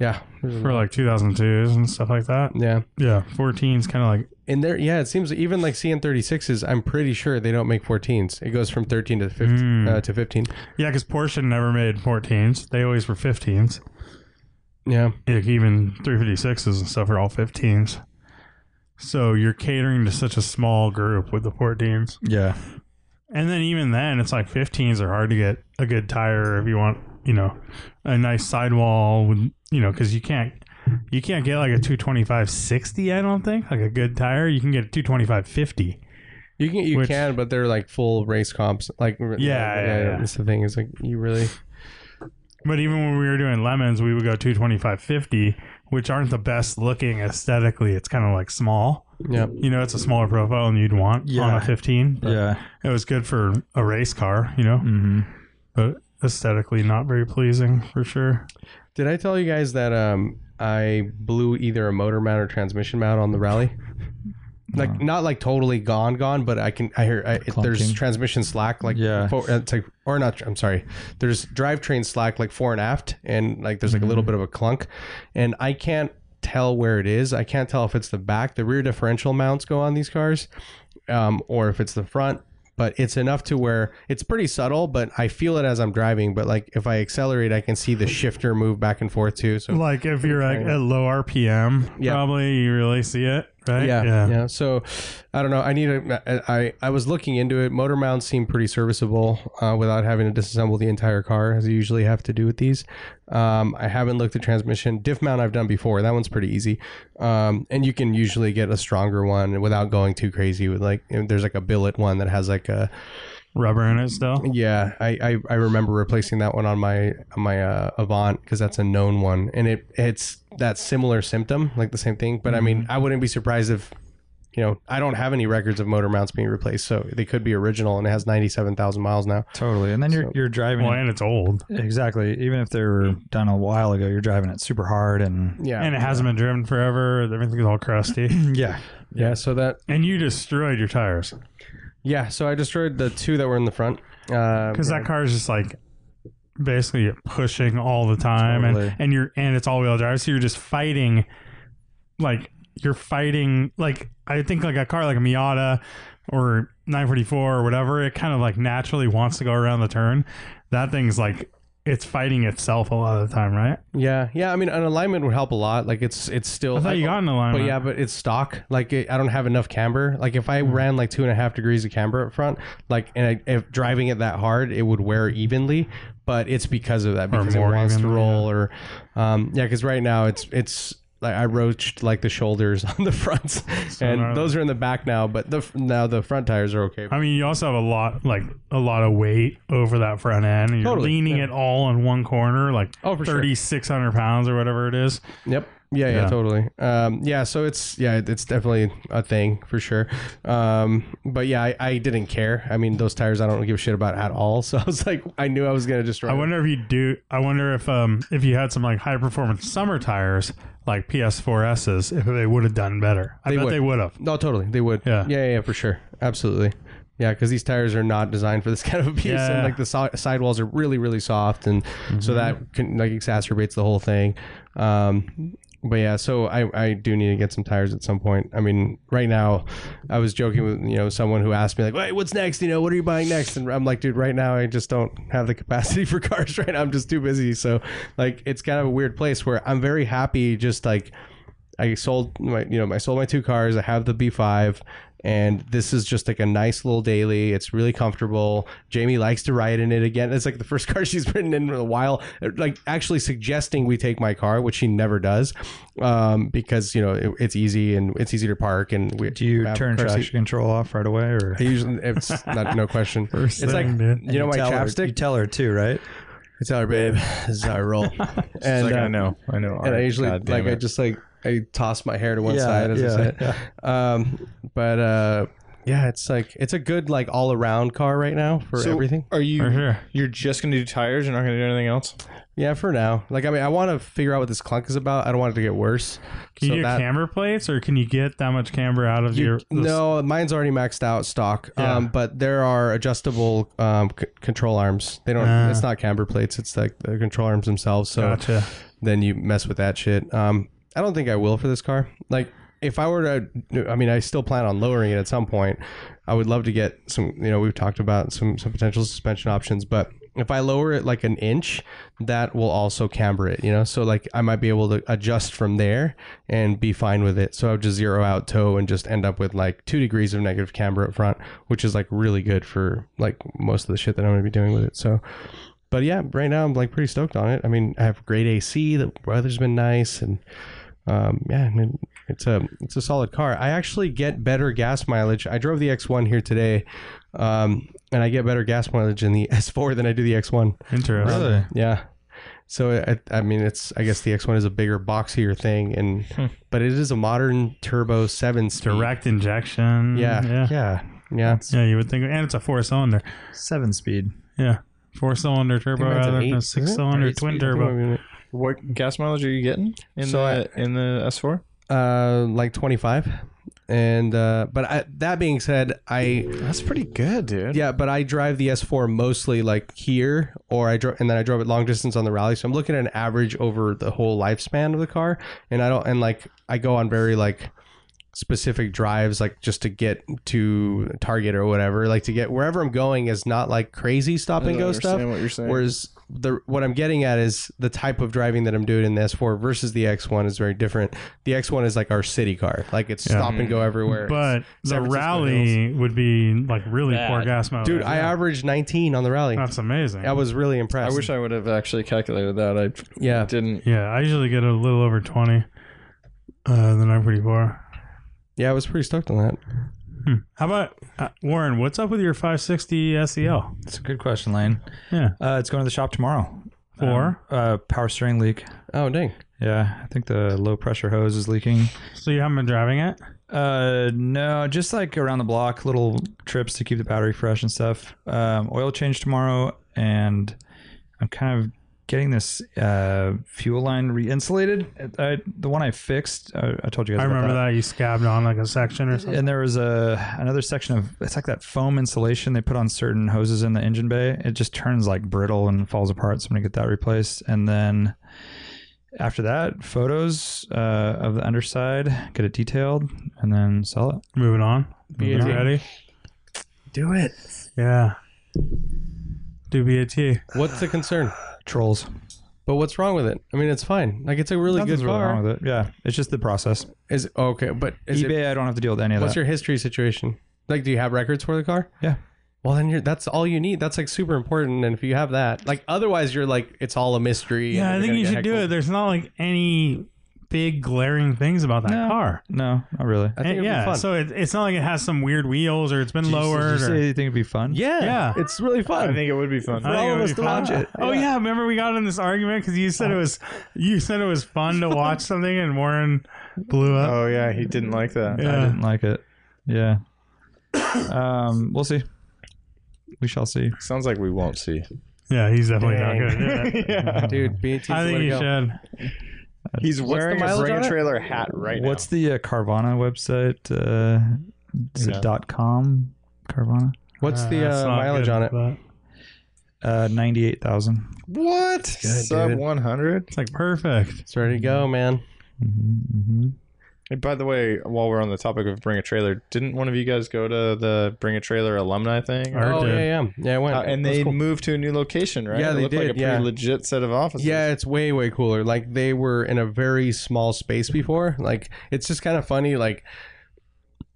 F: Yeah.
A: For like 2002s and stuff like that.
F: Yeah.
A: Yeah, 14s kind of like
F: And there, yeah, it seems even like CN thirty sixes. I'm pretty sure they don't make 14s. It goes from 13 to 15. Uh, to 15.
A: yeah, because Porsche never made 14s. They always were 15s.
F: Yeah,
A: Like even 356s and stuff are all 15s. So you're catering to such a small group with the 14s.
B: Yeah.
A: And then even then, it's like 15s are hard to get a good tire if you want, you know, a nice sidewall with, you know, because you can't you can't get like a 225 60. I don't think like a good tire. You can get a 225 50.
F: you can you
A: Which-
F: can, but they're like full race comps. Like yeah,
A: yeah, yeah.
F: That's the thing is like you really
A: But even when we were doing lemons, we would go 225 50, which aren't the best looking aesthetically. It's kind of like small.
F: yeah.
A: You know, it's a smaller profile than you'd want on
B: Yeah.
A: a 15. but
B: Yeah.
A: It was good for a race car, you know,
B: Mm-hmm.
A: but aesthetically not very pleasing for sure.
F: Did I tell you guys that um I blew either a motor mount or transmission mount on the rally? Like not like totally gone gone, but I can I hear I, it, there's
B: Clunking.
F: transmission slack like
B: Yeah.
F: fo- it's like or not I'm sorry there's drivetrain slack like fore and aft and like there's like a little bit of a clunk, and I can't tell where it is. I can't tell if it's the back. The rear differential mounts go on these cars, um, or if it's the front. But it's enough to where it's pretty subtle, but I feel it as I'm driving. But like if I accelerate, I can see the shifter move back and forth too. So
A: Like if you're like at low RPM,
F: Yeah.
A: probably you really see it, right?
F: yeah,
A: yeah.
F: yeah, So I don't know. I need a. I I was looking into it. Motor mounts seem pretty serviceable uh, without having to disassemble the entire car as you usually have to do with these. Um, I haven't looked at transmission. Diff mount I've done before. That one's pretty easy. Um, and you can usually get a stronger one without going too crazy with like. There's like a billet one that has like a.
A: Rubber in it still.
F: Yeah, I, I, I remember replacing that one on my on my uh, Avant because that's a known one, and it it's that similar symptom, like the same thing. But I mean, I wouldn't be surprised if, you know, I don't have any records of motor mounts being replaced, so they could be original, and it has ninety seven thousand miles now.
B: Totally. And then you're,
F: So-
B: you're driving.
A: Well,
B: it-
A: and it's old.
B: exactly. Even if they were done a while ago, you're driving it super hard and.
F: Yeah,
A: And it hasn't been driven forever. Everything's all crusty.
B: Yeah.
F: yeah. So that
A: and you destroyed your tires
F: yeah, so I destroyed the two that were in the front. uh,
A: because that car is just like basically pushing all the time,
B: Totally.
A: and and you're and it's all wheel drive, so you're just fighting, like you're fighting. Like I think like a car like a Miata or 944 or whatever, it kind of like naturally wants to go around the turn. That thing's like it's fighting itself a lot of the time, right?
F: yeah, yeah. I mean, an alignment would help a lot. Like it's it's still.
A: I thought you got an alignment.
F: But yeah, Hmm. but it's stock. Like it, I don't have enough camber. Like if I ran like two and a half degrees of camber up front, like and I, if driving it that hard, it would wear evenly. But it's because of that because it
A: more
F: wants to
A: evenly,
F: roll or, um, yeah. Because right now it's it's like I roached like the shoulders on the fronts,
A: gnarly.
F: and those are in the back now. But the f- now the front tires are okay.
A: I mean, you also have a lot, like a lot of weight over that front end. And you're
F: Totally,
A: leaning
F: yeah.
A: it all on one corner, like
F: Oh, for sure.
A: 3,600 pounds or whatever it is.
F: Yep. Yeah, yeah,
A: Yeah.
F: totally. Um, yeah, so it's yeah, it- it's definitely a thing for sure. Um, but yeah, I, I didn't care. I mean, those tires I don't give a shit about at all. So I was like, I knew I was gonna destroy.
A: I
F: them.
A: wonder if you do. I wonder if um if you had some like high performance summer tires like PS4s, if they would have done better. I
F: They
A: bet
F: would.
A: they would have.
F: No, totally, they would.
A: Yeah.
F: yeah, yeah, yeah, for sure, absolutely. Yeah, because these tires are not designed for this kind of abuse,
A: Yeah. Mm-hmm.
F: and like the so- sidewalls are really, really soft, and so that can, like exacerbates the whole thing. Um, but yeah, so I, I do need to get some tires at some point. I mean, right now, I was joking with you know someone who asked me like, "Wait, what's next? You know, what are you buying next?" And I'm like, "Dude, right now I just don't have the capacity for cars. Right now, I'm just too busy." So like, it's kind of a weird place where I'm very happy, just like I sold my you know I sold my two cars. I have the B5, and this is just like a nice little daily. It's really comfortable. Jamie likes to ride in it again. It's like the first car she's ridden in in a while. Like actually suggesting we take my car, which she never does, um, because you know it, it's easy and it's easy to park. And we,
B: Do you
F: have
B: turn
F: car
B: traction
F: seat-
B: control off right away, or
F: I usually it's not no question. it's like
A: thing, dude.
F: you know my
B: tell her- you
F: chapstick.
B: tell her too, right?
F: It's our babe. This is our roll. and
C: like,
F: uh,
C: I know, I know.
F: and I
C: Alright,
F: usually
C: God damn
F: like I
C: it.
F: just like I toss my hair to one
B: Yeah,
F: side as I
B: yeah,
F: say it. Um, but uh, yeah, it's like it's a good like all around car right now for
C: So,
F: everything.
C: Are you?
A: For sure.
C: You're just gonna do tires. You're not gonna do anything else.
F: Yeah, for now. Like I mean, I want to figure out what this clunk is about. I don't want it to get worse.
A: Can
F: So
A: you do
F: that-
A: camber plates, or can you get that much camber out of your? the-
F: no, mine's already maxed out stock.
A: Yeah.
F: Um, but there are adjustable um, c- control arms. They don't.
A: Ah.
F: it's not camber plates. It's like the control arms themselves. So
A: Gotcha.
F: then you mess with that shit. Um, I don't think I will for this car. Like, if I were to, I mean, I still plan on lowering it at some point. I would love to get some. You know, we've talked about some some potential suspension options, but if I lower it like an inch, that will also camber it. You know, so like I might be able to adjust from there and be fine with it. So I would just zero out toe and just end up with like two degrees of negative camber up front, which is like really good for like most of the shit that I'm gonna be doing with it. So but yeah, right now I'm like pretty stoked on it. I mean, I have great AC. The weather's been nice, and um, yeah, I mean, it's a it's a solid car. I actually get better gas mileage. I drove the X1 here today, um, and I get better gas mileage in the S4 than I do the X1.
A: Interesting.
B: Really?
F: Yeah. So I, I mean, it's I guess the X1 is a bigger, boxier thing, and but it is a modern turbo seven speed.
A: Hmm. Direct injection.
F: Yeah.
A: Yeah.
B: Yeah,
F: Yeah.
A: Yeah, you would think, and it's a four cylinder.
B: seven speed.
A: Yeah, four cylinder turbo
F: mine's an
A: rather than
F: eight,
A: a
F: isn't it? Or
A: six cylinder
F: eight
A: twin
F: speed, I think
A: turbo.
F: I'm gonna-
C: What gas mileage are you getting in
F: So
C: the in the S4?
F: Uh, like twenty five, and uh, but I, that being said, I
C: That's pretty good, dude.
F: Yeah, but I drive the S4 mostly like here, or I drove, and then I drove it long distance on the rally. So I'm looking at an average over the whole lifespan of the car, and I don't, and like I go on very like specific drives, like just to get to Target or whatever, like to get wherever I'm going is not like crazy stop and go stuff.
C: what Oh, you're saying.
F: Whereas the what I'm getting at is the type of driving that I'm doing in the S4 versus the X1 is very different. The X1 is like our city car, like it's
A: Yeah.
F: stop and
C: Mm-hmm.
F: go everywhere.
A: But the
F: San Francisco
A: rally would be like really poor
C: Bad.
A: gas mileage.
F: dude,
A: uh,
F: I
A: Yeah.
F: averaged 19 on the rally.
A: that's amazing.
F: I was really
C: I
F: impressed.
C: wish I would have actually calculated that. I
F: Yeah.
C: didn't.
A: yeah, I usually get a little over twenty. Uh, the night pretty poor.
F: Yeah, I was pretty stoked on that.
A: How about uh, Warren? What's up with your 560 SEL?
B: That's a good question, Lane.
A: Yeah.
B: Uh, it's going to the shop tomorrow.
A: Or
B: Um, uh, power steering leak.
F: Oh, dang.
B: Yeah, I think the low pressure hose is leaking.
A: so you haven't been driving it?
B: Uh, no, just like around the block, little trips to keep the battery fresh and stuff. Um, oil change tomorrow, and I'm kind of getting this uh, fuel line re-insulated. I, the one I fixed, I, I told you guys.
A: I
B: about
A: remember that. you scabbed on like a section or something.
B: and there was a another section of it's like that foam insulation they put on certain hoses in the engine bay. It just turns like brittle and falls apart. So I'm gonna get that replaced, and then after that, photos uh, of the underside, get it detailed, and then sell it.
A: Moving on.
B: Moving
A: You
B: on.
A: ready?
F: Do it.
A: Yeah. Do BAT.
F: What's the concern?
B: Trolls.
F: But what's wrong with it? I mean, it's fine. Like, it's a really
B: Nothing's
F: good
B: really
F: car.
B: wrong with it. Yeah, it's just the process.
F: Is okay, but is
B: eBay,
F: it,
B: I don't have to deal with any of
F: what's
B: that.
F: your history situation? Like, do you have records for the car?
B: Yeah.
F: Well, then you're, that's all you need. That's like super important. And if you have that, like, otherwise you're like, it's all a mystery. and
A: Yeah, I
F: you're
A: think
F: gonna
A: you
F: get
A: should do
F: heckled.
A: it. There's not like any big glaring things about that
B: No.
A: car.
B: No, not really.
F: I think
A: And
F: it'd be
A: yeah,
F: fun.
A: so it, it's not like it has some weird wheels or it's been lowered.
B: Did you
A: or-
B: say you think it'd be fun?
F: yeah,
A: yeah.
F: it's really fun.
C: I think it would be fun.
A: I think
F: all
A: it
F: of
A: would
F: us
A: be
F: to
A: fun.
F: watch it.
A: Oh yeah. remember we got in this argument because you said it was you said it was fun to watch something, and Warren blew up.
C: Oh yeah, he didn't like that.
B: I
A: yeah,
B: didn't like it. Yeah. um, we'll see. We shall see.
C: Sounds like we won't see.
A: yeah, he's definitely not
F: Oh. Dang.
A: good. at that.
F: Dude, BAT's
A: I
F: the
A: think
F: way to
A: you
F: go.
A: should.
C: He's wearing a
F: mileage
C: bring
F: on
C: a
F: it?
C: trailer hat right now.
B: What's the uh, Carvana website? Uh, is
C: Yeah.
B: it dot com? Carvana.
F: What's the
A: that's
F: uh,
A: not
F: mileage
A: good,
F: on it?
A: but
B: Uh, ninety-eight thousand.
C: what sub
F: dude.
C: one hundred?
A: It's like perfect.
F: It's ready to go, man.
B: Mm-hmm.
C: By the way, while we're on the topic of bring a trailer, didn't one of you guys go to the bring a trailer alumni thing?
A: Or
F: Oh
A: did.
F: yeah, yeah, yeah. I went.
C: Uh, and
F: It was
C: they
F: cool.
C: moved to a new location, right?
F: Yeah,
C: it
F: they
C: looked
F: did,
C: like a pretty
F: yeah.
C: legit set of offices.
F: Yeah, it's way way cooler. Like they were in a very small space before. Like it's just kind of funny like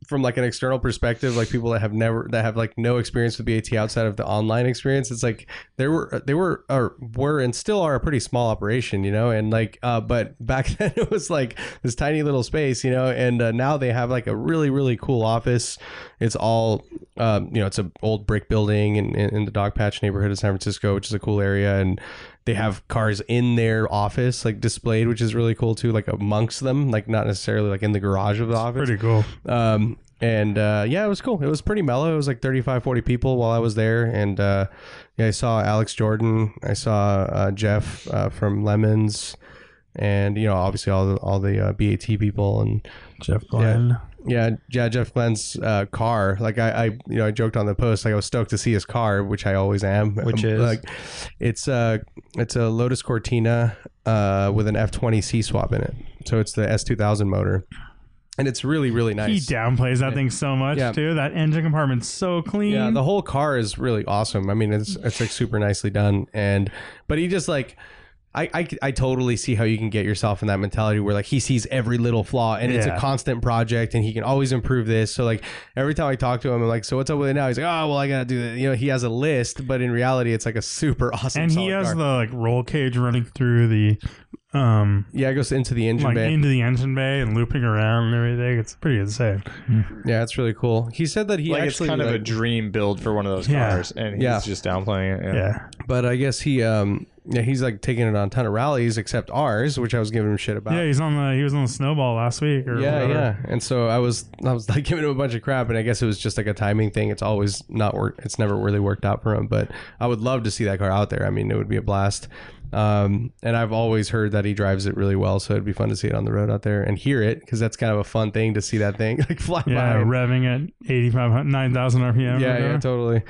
F: from like an external perspective, like people that have never that have like no experience with BAT outside of the online experience, it's like they were they were or were and still are a pretty small operation, you know. And like, uh, but back then it was like this tiny little space, you know. And uh, now they have like a really really cool office. It's all, um, you know, it's an old brick building in, in, in the Dog Patch neighborhood of San Francisco, which is a cool area, and they have cars in their office like displayed, which is really cool too, like amongst them, like not necessarily like in the garage of the office
A: Pretty cool.
F: um and uh yeah it was cool it was pretty mellow it was like 35 40 people while i was there and uh yeah i saw alex jordan i saw uh jeff uh, from lemons and you know obviously all the all the uh, bat people and
A: Jeff Glenn.
F: yeah, yeah, Jeff Glenn's uh, car. Like I, I, you know, I joked on the post. Like I was stoked to see his car, which I always am.
B: Which
F: I'm,
B: is?
F: like, it's a it's a Lotus Cortina uh, with an F twenty C swap in it. So it's the S two thousand motor, and it's really really nice.
A: He downplays that thing so much
F: Yeah.
A: too. That engine compartment's so clean.
F: Yeah, the whole car is really awesome. I mean, it's it's like super nicely done, and but he just like. I, I, I totally see how you can get yourself in that mentality where like he sees every little flaw and it's a
A: Yeah.
F: constant project and he can always improve this. So like every time I talk to him, I'm like, so what's up with it now? He's like, oh well, I gotta do that. You know, he has a list, but in reality, it's like a super awesome.
A: and he
F: solid
A: has
F: car.
A: the like roll cage running through the um
F: yeah, it goes into the engine
A: like
F: bay.
A: into the engine bay and looping around and everything. It's pretty insane.
F: yeah, it's really cool. He said that he
C: like
F: actually
C: it's kind of a
F: like-
C: dream build for one of those
A: Yeah.
C: cars, and he's
F: Yeah.
C: just downplaying it. Yeah.
A: Yeah.
F: but I guess he um yeah he's like taking it on a ton of rallies except ours, which I was giving him shit about.
A: Yeah, he's on the he was on the snowball last week or
F: yeah
A: whatever.
F: yeah and so i was i was like giving him a bunch of crap and i guess it was just like a timing thing it's always not work it's never really worked out for him but i would love to see that car out there i mean it would be a blast um and i've always heard that he drives it really well so it'd be fun to see it on the road out there and hear it because that's kind of a fun thing to see that thing like fly
A: Yeah,
F: by
A: revving at 8500 9000 RPM. or
F: yeah, yeah,
A: whatever.
F: totally.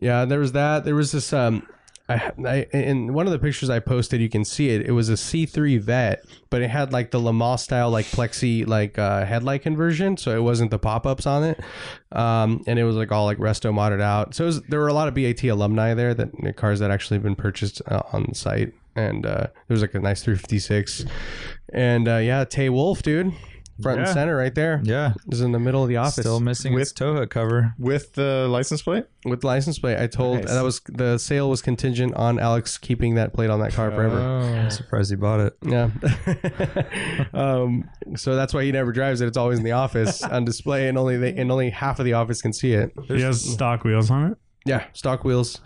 F: Yeah, there was that. There was this. Um, I, I in one of the pictures I posted, you can see it. It was a C3 Vet, but it had like the Lamas style, like plexi, like uh, headlight conversion. So it wasn't the pop ups on it, um, and it was like all like resto modded out. So it was, there were a lot of BAT alumni there that cars that actually been purchased uh, on the site, and uh, there was like a nice 356, and uh, yeah, Tay Wolf, dude, front and
B: Yeah.
F: center right there.
B: Yeah.
F: It was in the middle of the office.
B: Still missing its tow hook cover.
C: With the license plate,
F: with the license plate. I told that was the sale was contingent on Alex keeping that plate on that car forever.
B: I'm surprised he bought it.
F: Yeah. um, so that's why he never drives it. It's always in the office on display, and only they, and only half of the office can see it.
A: He has stock wheels on it.
F: Yeah, stock wheels.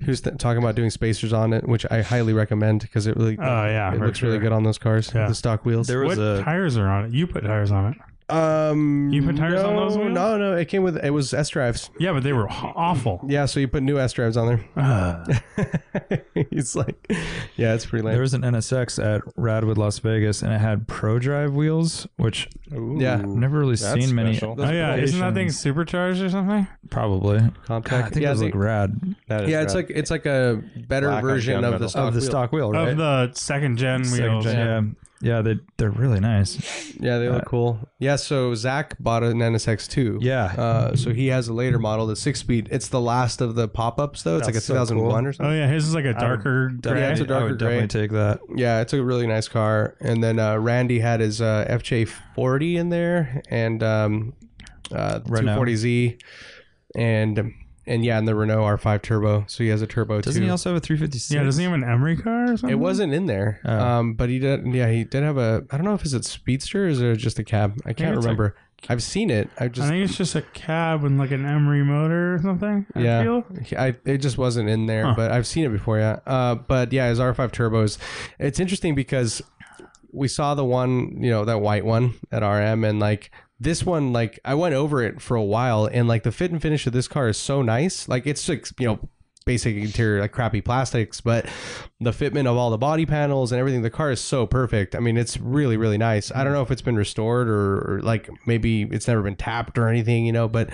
F: He was th- talking about doing spacers on it, which I highly recommend because it really
A: Oh yeah,
F: it
A: for
F: looks
A: sure.
F: really good on those cars.
A: Yeah.
F: The stock wheels.
B: There was
A: What
B: a
A: tires are on it? You put tires on it.
F: um,
A: You put tires on
F: no,
A: those wheels?
F: No, no, it came with it was S drives.
A: Yeah, but they were h- awful.
F: Yeah, so you put new S drives on there.
A: Uh,
F: He's like, yeah, it's pretty lame.
B: There was an NSX at Radwood, Las Vegas, and it had Pro Drive wheels, which
F: yeah,
B: I've never really
C: that's
B: seen many.
C: special.
A: oh yeah, isn't that thing supercharged or something?
B: Probably. I
F: compact.
B: think
F: yeah,
B: those
F: they-
B: look rad
C: That
F: yeah, it's like it's like a better
C: Black on
F: version of
C: gunmetal.
F: the stock.
B: of the
F: wheel.
B: stock wheel, right?
A: Of the second gen
B: Second
A: wheels.
B: gen, yeah, yeah. They they're really nice.
F: Yeah, they look cool. Yeah, so Zach bought an NSX two.
B: Yeah.
F: Uh, so he has a later model, the six speed. It's the last of the pop ups though. It's like a
B: That's so
F: 2001 or
A: Oh
F: something.
A: yeah, his is like a darker gray.
F: it's a
B: I
F: darker
B: would
F: gray.
B: definitely take that.
F: Yeah, it's a really nice car. And then uh, Randy had his uh, FJ40 in there and um, uh, the
B: Renault.
F: 240Z, and and yeah, in the Renault R5 turbo. So he has a turbo
B: Doesn't
F: too.
B: he also have a 356?
A: Yeah, doesn't he have an Emery car or something?
F: it wasn't in there,
B: Oh.
F: um, but he did. Yeah, he did have a. I don't know if it's a speedster or is it just a cab. I can't
A: it's a-
F: remember. i I've seen it. I
A: I
F: just
A: think it's just a cab and like an Emery motor or something. I
F: Yeah.
A: feel.
F: I it just wasn't in there,
A: Huh.
F: but I've seen it before. Yeah, uh, but yeah, his R5 turbos. It's interesting because we saw the one, you know, that white one at RM, and like this one, like I went over it for a while, and like the fit and finish of this car is so nice. Like it's like you know. Basic interior, like crappy plastics, but the fitment of all the body panels and everything, the car is so perfect. I mean, it's really, really nice. I don't know if it's been restored or, or like maybe it's never been tapped or anything, you know, but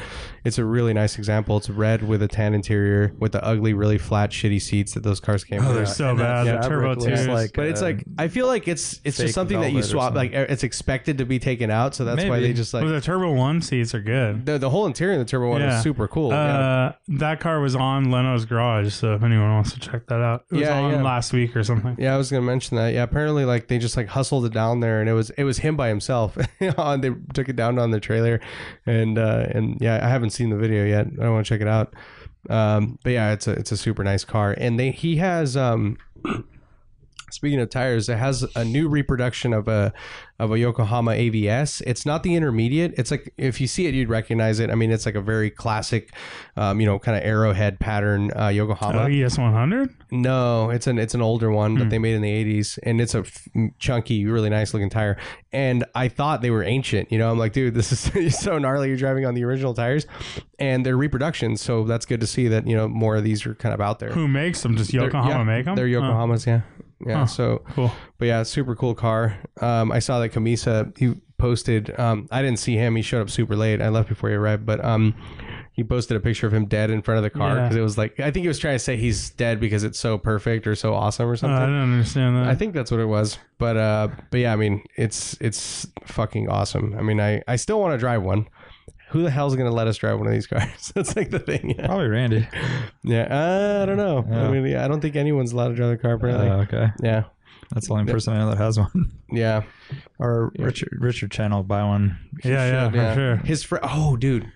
F: it's a really nice example. It's red with a tan interior with the ugly, really flat, shitty seats that those cars came
A: Oh,
F: with.
A: they're so bad.
B: Yeah,
A: the turbo
B: fabric looks
A: tubes.
B: like-
F: But it's
B: uh,
F: like I feel like it's it's
B: fake
F: just something that you
B: velvet or
F: swap like er,
B: something.
F: it's expected to be taken out, so that's why
B: Maybe.
F: they just
A: Well,
F: like
A: the turbo one seats are good.
F: the, the whole interior of the turbo one
A: Yeah.
F: is super cool. yeah.
A: Uh, that car was on Leno's garage, so if anyone wants to check that out, it was
F: Yeah,
A: on
F: yeah.
A: last week or something.
F: Yeah, I was gonna mention that. Yeah, apparently like they just like hustled it down there, and it was it was him by himself. on they took it down on the trailer, and uh, and yeah, I haven't seen the video yet. I want to check it out. Um, but yeah, it's a it's a super nice car, and they he has um. Speaking of tires, it has a new reproduction of a of a Yokohama AVS. It's not the intermediate. It's like if you see it, you'd recognize it. I mean, it's like a very classic, um, you know, kind of arrowhead pattern uh, Yokohama.
A: Oh, ES 100.
F: No, it's an it's an older one that they made in the 80s and it's a f- chunky, really nice looking tire. And I thought they were ancient, you know. I'm like, dude, this is so gnarly you're driving on the original tires and they're reproductions, so that's good to see that, you know, more of these are kind of out there.
A: Who makes them? Just
F: They're-
A: Yokohama
F: yeah,
A: make them.
F: They're Yokohamas, yeah. Yeah,
A: Huh.
F: so
A: Cool.
F: but yeah, super cool car. Um, I saw that Camisa he posted. Um, I didn't see him. He showed up super late. I left before he arrived, but um, he posted a picture of him dead in front of the car
A: Yeah.
F: because it was like I think he was trying to say he's dead because it's so perfect or so awesome
A: Oh,
F: or
A: I
F: something.
A: don't understand that.
F: I think that's what it was. But uh, but yeah, I mean, it's it's fucking awesome. I mean, I I still want to drive one. Who the hell's gonna let us drive one of these cars? that's like the thing. Yeah,
B: Probably Randy.
F: yeah. Uh, I don't know. I
B: Yeah.
F: mean, yeah, I don't think anyone's allowed to drive the car. Apparently,
B: Oh, okay.
F: yeah,
B: That's the only person I know that has one.
F: yeah.
B: Or Richard Richard Chen will buy one.
A: yeah, yeah, for
F: Yeah.
A: sure.
F: His friend. Oh, dude.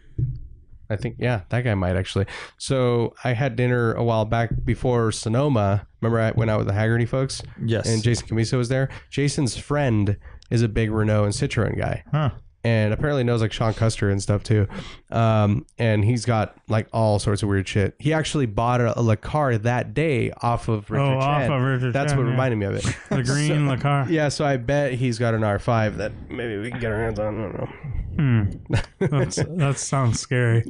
F: I think yeah, that guy might actually. So I had dinner a while back before Sonoma. Remember, I went out with the Haggerty folks,
B: Yes.
F: and Jason Camiso was there. Jason's friend is a big Renault and Citroen guy,
B: Huh.
F: and apparently knows like Sean Custer and stuff too. Um, and he's got like all sorts of weird shit. He actually bought a, a Lacar that day off of Richard
A: oh, off
F: Chan.
A: of Richard.
F: That's
A: Chan,
F: what
A: yeah.
F: reminded me of it.
A: The green the car.
F: yeah, so I bet he's got an R5 that maybe we can get our hands on. I don't know.
A: Hmm. That's, that sounds scary.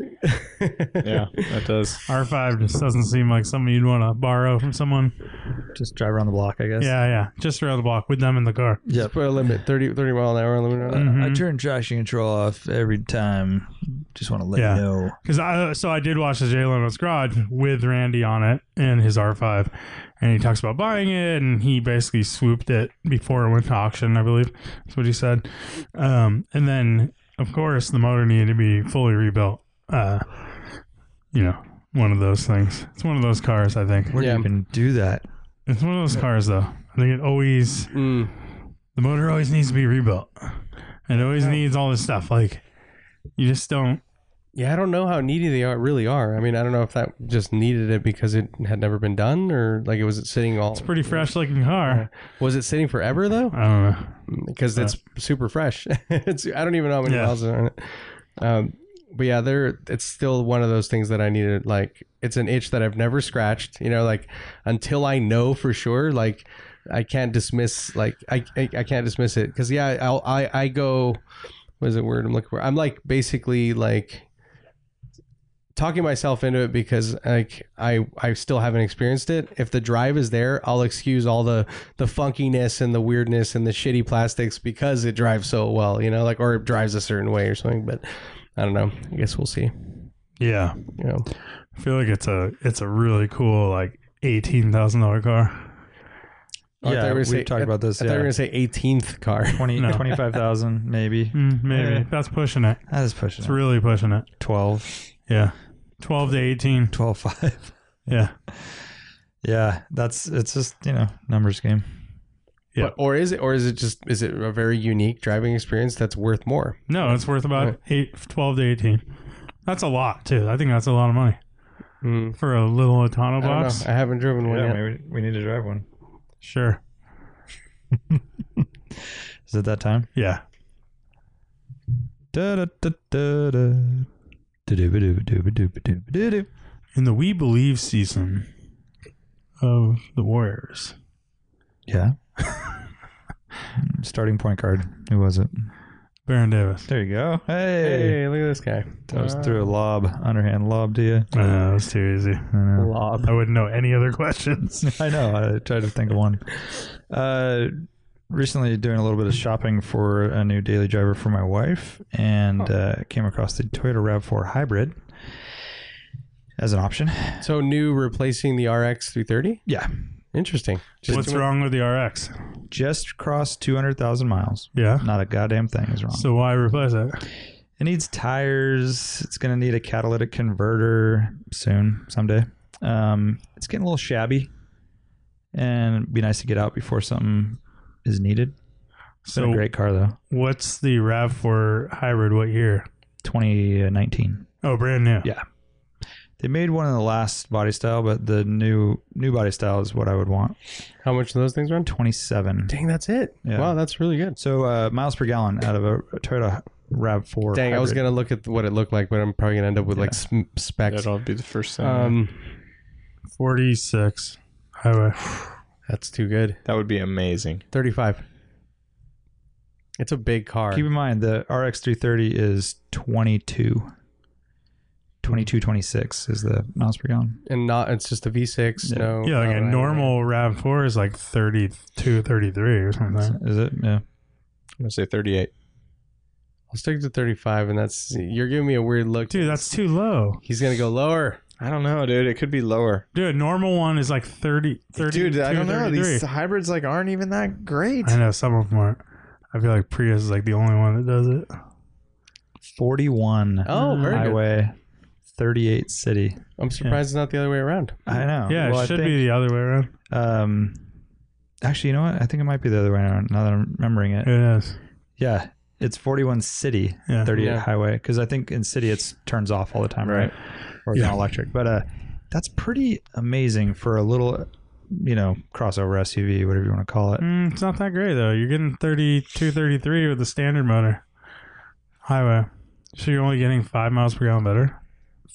C: Yeah, that does.
A: R5 just doesn't seem like something you'd want to borrow from someone.
B: Just drive around the block, I guess.
A: Yeah, yeah. Just around the block with them in the car.
B: Yep. Mm-hmm.
F: Put a limit 30, 30 mile an hour limit on it.
B: uh, I turn traction control off every time. Just want to let
A: Yeah.
B: you know.
A: Because I so I did watch the Jay Leno's Garage with Randy on it and his R5, and he talks about buying it, and he basically swooped it before it went to auction, I believe. That's what he said. Um, and then of course the motor needed to be fully rebuilt. Uh, you know, one of those things. It's one of those cars, I think.
B: Where do
F: Yeah.
B: you even do that?
A: It's one of those cars, though. I think it always
F: Mm.
A: the motor always needs to be rebuilt. It always needs all this stuff. Like you just don't.
F: Yeah, I don't know how needy they are really are. I mean, I don't know if that just needed it because it had never been done or like it was it sitting all
A: It's a pretty fresh looking car.
F: was it sitting forever though?
A: I don't know.
F: Because it's super fresh. it's I don't even know how many
A: Yeah.
F: miles are on it. Um, but yeah, there it's still one of those things that I needed. Like it's an itch that I've never scratched. You know, like until I know for sure, like I can't dismiss like I I, I can't dismiss it because yeah, I'll, I I go. What is the word I'm looking for? I'm like basically like talking myself into it because like I I still haven't experienced it. If the drive is there, I'll excuse all the the funkiness and the weirdness and the shitty plastics because it drives so well, you know, like or it drives a certain way or something. But I don't know. I guess we'll see.
A: Yeah.
F: You know.
A: I feel like it's a it's a really cool like eighteen thousand dollar car.
F: Oh, I thought
B: yeah,
F: you were
B: we
F: saying-
B: talked about this.
F: I thought you were gonna
B: Yeah.
F: say 18th car.
B: 20,
A: No.
B: 25,000 maybe.
F: Hmm,
A: maybe
B: Yeah.
A: that's pushing it.
B: That is pushing
A: It's
B: it.
A: really pushing it.
B: 12,
A: Yeah, twelve to eighteen.
B: 12, 5.
A: Yeah,
B: Yeah, that's it's just, you know, numbers game.
A: Yeah.
F: But- or is it or is it just is it a very unique driving experience that's worth more?
A: no, it's worth about
F: Right.
A: eight, twelve to eighteen. That's a lot too. I think that's a lot of money.
F: Mm.
A: for a little Autonobox?
F: I don't know. I haven't driven one
B: Hmm. yeah,
F: yet.
B: maybe we need to drive one.
A: Sure.
B: Is it that time?
A: Yeah.
B: Da, da, da, da, da. Do-do-ba-do-ba-do-ba-do-ba-do-ba-do-do.
A: In the We Believe season of the Warriors,
B: Yeah. Hmm, Starting point guard. Who was it?
A: Baron Davis.
B: There you go. Hey.
F: Hey, look at this guy.
B: That was through a lob, underhand lob to you.
A: I know, that's too easy.
B: I know.
F: Lob.
A: I wouldn't know any other questions.
B: I know. I tried to think of one. Uh, recently, doing a little bit of shopping for a new daily driver for my wife, and uh, came across the Toyota Rav4 Hybrid as an option.
F: So new replacing the RX 330?
B: Yeah,
F: Interesting. Just
A: What's
F: doing-
A: wrong with the RX?
B: just crossed two hundred thousand miles.
A: Yeah.
B: Not a goddamn thing is wrong.
A: So why replace it?
B: It needs tires. It's going to need a catalytic converter soon, someday. Um, it's getting a little shabby, and it'd be nice to get out before something is needed. It's been
A: So-
B: a great car though.
A: What's the RAV4 hybrid? What year?
B: 2019.
A: Oh, brand new.
B: Yeah. They made one in the last body style, but the new new body style is what I would want.
F: How much do those things run?
B: 27.
F: Dang, that's it.
B: Yeah.
F: Wow, that's really good.
B: So uh, miles per gallon out of a Toyota Rav4.
F: Dang, I was
B: hybrid.
F: gonna look at what it looked like, but I'm probably gonna end up with like sm- specs.
C: That'll be the first thing.
F: Um,
A: 46 highway.
F: that's too good.
C: that would be amazing.
F: 35. It's a big car.
B: Keep in mind the RX330 is 22. 22, 26 is the miles per gallon.
F: and not it's just a V6.
B: Yeah.
F: No.
A: Yeah, like
F: no,
A: a
F: no, no.
A: normal RAV4 is like 32, 33 or something.
B: Is it? Yeah.
C: I'm gonna say 38.
F: I'll stick to 35, and that's you're giving me a weird look.
A: Dude, that's too low.
F: He's gonna go lower.
C: I don't know, dude. It could be lower.
A: Dude, a normal one is like 30, 30
C: dude, I don't know. These hybrids like aren't even that great.
A: I know some of them aren't. I feel like Prius is like the only one that does it.
B: 41
F: Oh, very good.
B: highway, 38 city.
F: I'm surprised it's not the other way around.
B: I know.
A: Yeah,
B: Well, I
A: it should
B: think-
A: be the other way around.
B: Um, actually, you know what? I think it might be the other way around. Now that I'm remembering it,
A: It is.
B: yeah, it's 41 city,
A: Yeah.
B: 38
F: Yeah.
B: highway. Because I think in city it's turns off all the time, right?
C: Right.
B: Or it's not electric. But uh, that's pretty amazing for a little, you know, crossover SUV, whatever you want to call it.
A: Mm, it's not that great though. You're getting 32, 33 with the standard motor highway. So you're only getting five miles per gallon better.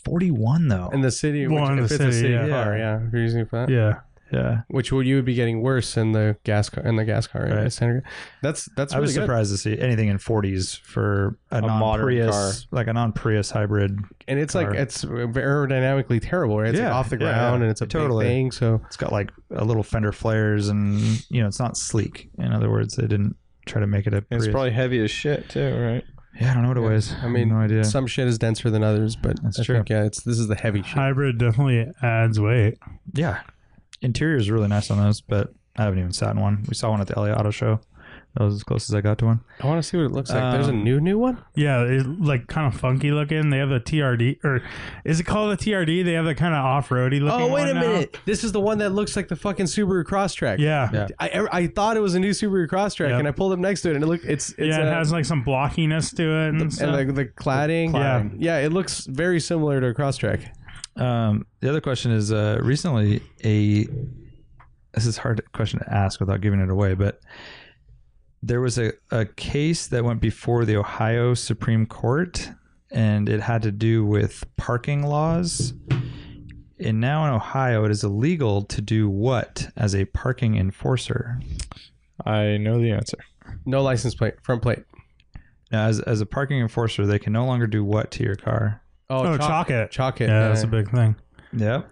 B: 41 though.
F: In the city,
A: Well,
F: which,
A: in
F: if
A: the
F: it's a
A: city,
F: city
A: yeah.
F: car, yeah. If you're using it for that.
A: Yeah.
B: yeah,
F: Which would you would be getting worse in the gas car in the gas car, right?
B: Right.
F: Standard car. That's that's
B: I
F: really
B: was
F: good.
B: surprised to see anything in 40s for a,
C: modern
B: non-Prius, like a non-Prius hybrid.
F: and it's
B: car.
F: like it's aerodynamically terrible, right? It's like
B: Yeah,
F: off the
B: yeah,
F: ground and it's a
B: totally.
F: big thing. So
B: It's got like a little fender flares, and you know, it's not sleek. In other words, they didn't try to make it a.
C: And it's
B: Prius.
C: probably heavy as shit too, right?
B: Yeah, I don't know what it was.
F: I mean,
B: no idea.
F: some shit is denser than others, but
B: That's
F: I
B: true.
F: think, yeah, it's this is the heavy shit.
A: Hybrid definitely adds weight.
B: yeah, interior is really nice on those, but I haven't even sat in one. We saw one at the LA Auto Show. That was as close as I got to one.
F: I want to see what it looks like. There's a
B: Um,
F: new new one.
A: Yeah, it's like kind of funky looking. They have the TRD or is it called the TRD? They have the kind of off roady looking.
F: Oh wait
A: one
F: a
A: now.
F: minute! This is the one that looks like the fucking Subaru Crosstrek.
A: Yeah. Yeah.
B: Yeah.
F: I, er, I thought it was a new Subaru Crosstrek,
A: Yeah.
F: and I pulled up next to it, and it looked it's, it's
A: it
F: uh,
A: has like some blockiness to it and, stuff.
F: and like the cladding.
A: cladding.
F: yeah, yeah, it looks very similar to a Crosstrek.
B: Um, the other question is uh, recently a. This is a hard question to ask without giving it away, but there was a, a case that went before the Ohio Supreme Court, and it had to do with parking laws. And now in Ohio, it is illegal to do what as a parking enforcer?
C: I know the answer.
F: No license plate, front plate.
B: Now, as, as a parking enforcer, they can no longer do what to your car?
A: oh, chalk, it.
F: Chalk
A: yeah,
F: it.
A: that's a big thing.
B: Yep.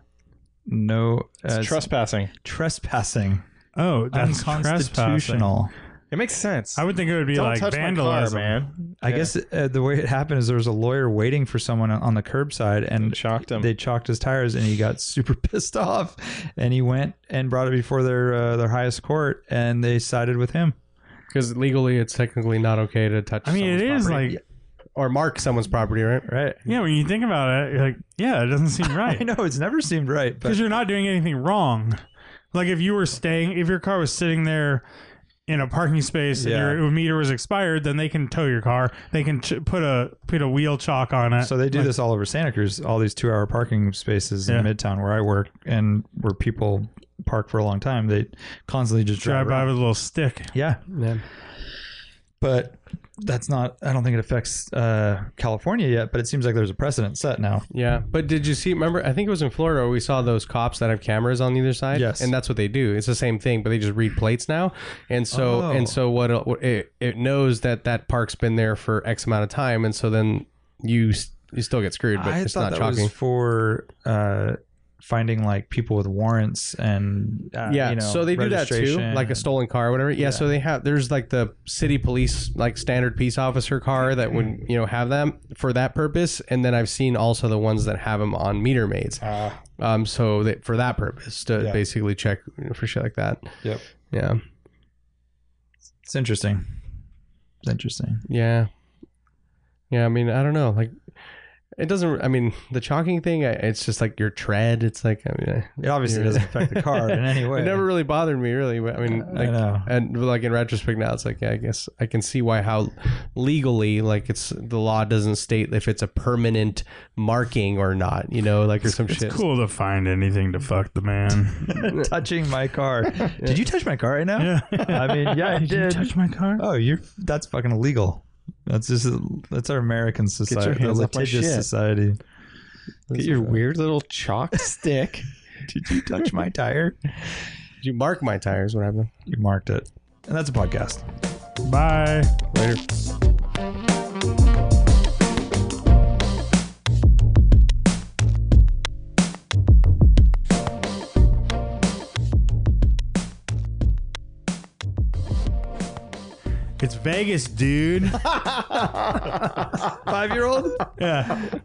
B: No uh,
C: It's trespassing.
B: trespassing.
A: Oh, that's trespassing.
B: unconstitutional.
C: It makes sense.
A: I would think it would be
C: Don't
A: like
C: touch
A: vandalism.
C: my car, man.
B: I guess uh, the way it happened is there was a lawyer waiting for someone on the curbside, and
C: Shocked him.
B: they chalked his tires, and he got super pissed off, and he went and brought it before their uh, their highest court, and they sided with him.
F: Because legally, it's technically not okay to touch.
A: I mean, it
F: someone's
A: is
F: property.
A: like
F: or mark someone's property, right?
B: Right?
A: yeah. When you think about it, you're like yeah, it doesn't seem right.
B: I know it's never seemed right, but
A: because you're not doing anything wrong. Like if you were staying, if your car was sitting there in a parking space
B: Yeah.
A: and your meter was expired, then they can tow your car. They can ch- put a put a wheel chalk on it.
B: So they do this all over Santa Cruz, all these two hour parking spaces in Midtown where I work and where people park for a long time. They constantly just drive,
A: drive by
B: around.
A: with a little stick.
B: Yeah.
F: Man.
B: But that's not, I don't think it affects uh, California yet, but it seems like there's a precedent set now.
F: Yeah, but did you see? Remember, I think it was in Florida where we saw those cops that have cameras on either side.
B: Yes.
F: and that's what they do. It's the same thing, but they just read plates now, and so
B: Oh.
F: and so what it- what it, it knows that that park's been there for X amount of time, and so then you s- you still get screwed, but
B: I
F: it's
B: thought
F: not
B: that
F: shocking.
B: was for uh, finding like people with warrants and uh,
F: yeah,
B: you know,
F: so they do that too,
B: registration
F: like a
B: and-
F: stolen car or whatever. Yeah, so they have there's like the city police like standard peace officer car that would you know have them for that purpose, and then I've seen also the ones that have them on meter maids.
C: Ah.
F: um, so that for that purpose to basically check you know, for shit like that.
B: Yep.
F: Yeah,
B: It's interesting. It's interesting.
F: yeah, yeah. I mean, I don't know, like. It doesn't. I mean, the chalking thing. I- It's just like your tread. It's like I mean,
B: It obviously
F: you're-
B: doesn't affect the car in any way.
F: It never really bothered me, really. But, I mean,
B: I
F: like,
B: know.
F: and like in retrospect now, it's like yeah, I guess I can see why how legally like it's the law doesn't state if it's a permanent marking or not. You know, like or some
A: It's
F: shit.
A: cool to find anything to fuck the man.
B: touching my car. Did you touch my car right now?
A: Yeah.
B: I mean, yeah, I
A: Did you
B: did.
A: touch my car?
B: oh, you're that's fucking illegal. That's just that's our American society,
C: hands
B: the
C: off my
B: litigious
C: shit.
B: society.
C: Get
F: uh,
C: your weird little chalk stick.
B: Did you touch my tire?
F: Did you mark my tires? What happened?
B: You marked it, and that's a podcast.
A: Bye.
F: Later.
A: It's Vegas, dude.
B: Five year old.
A: yeah.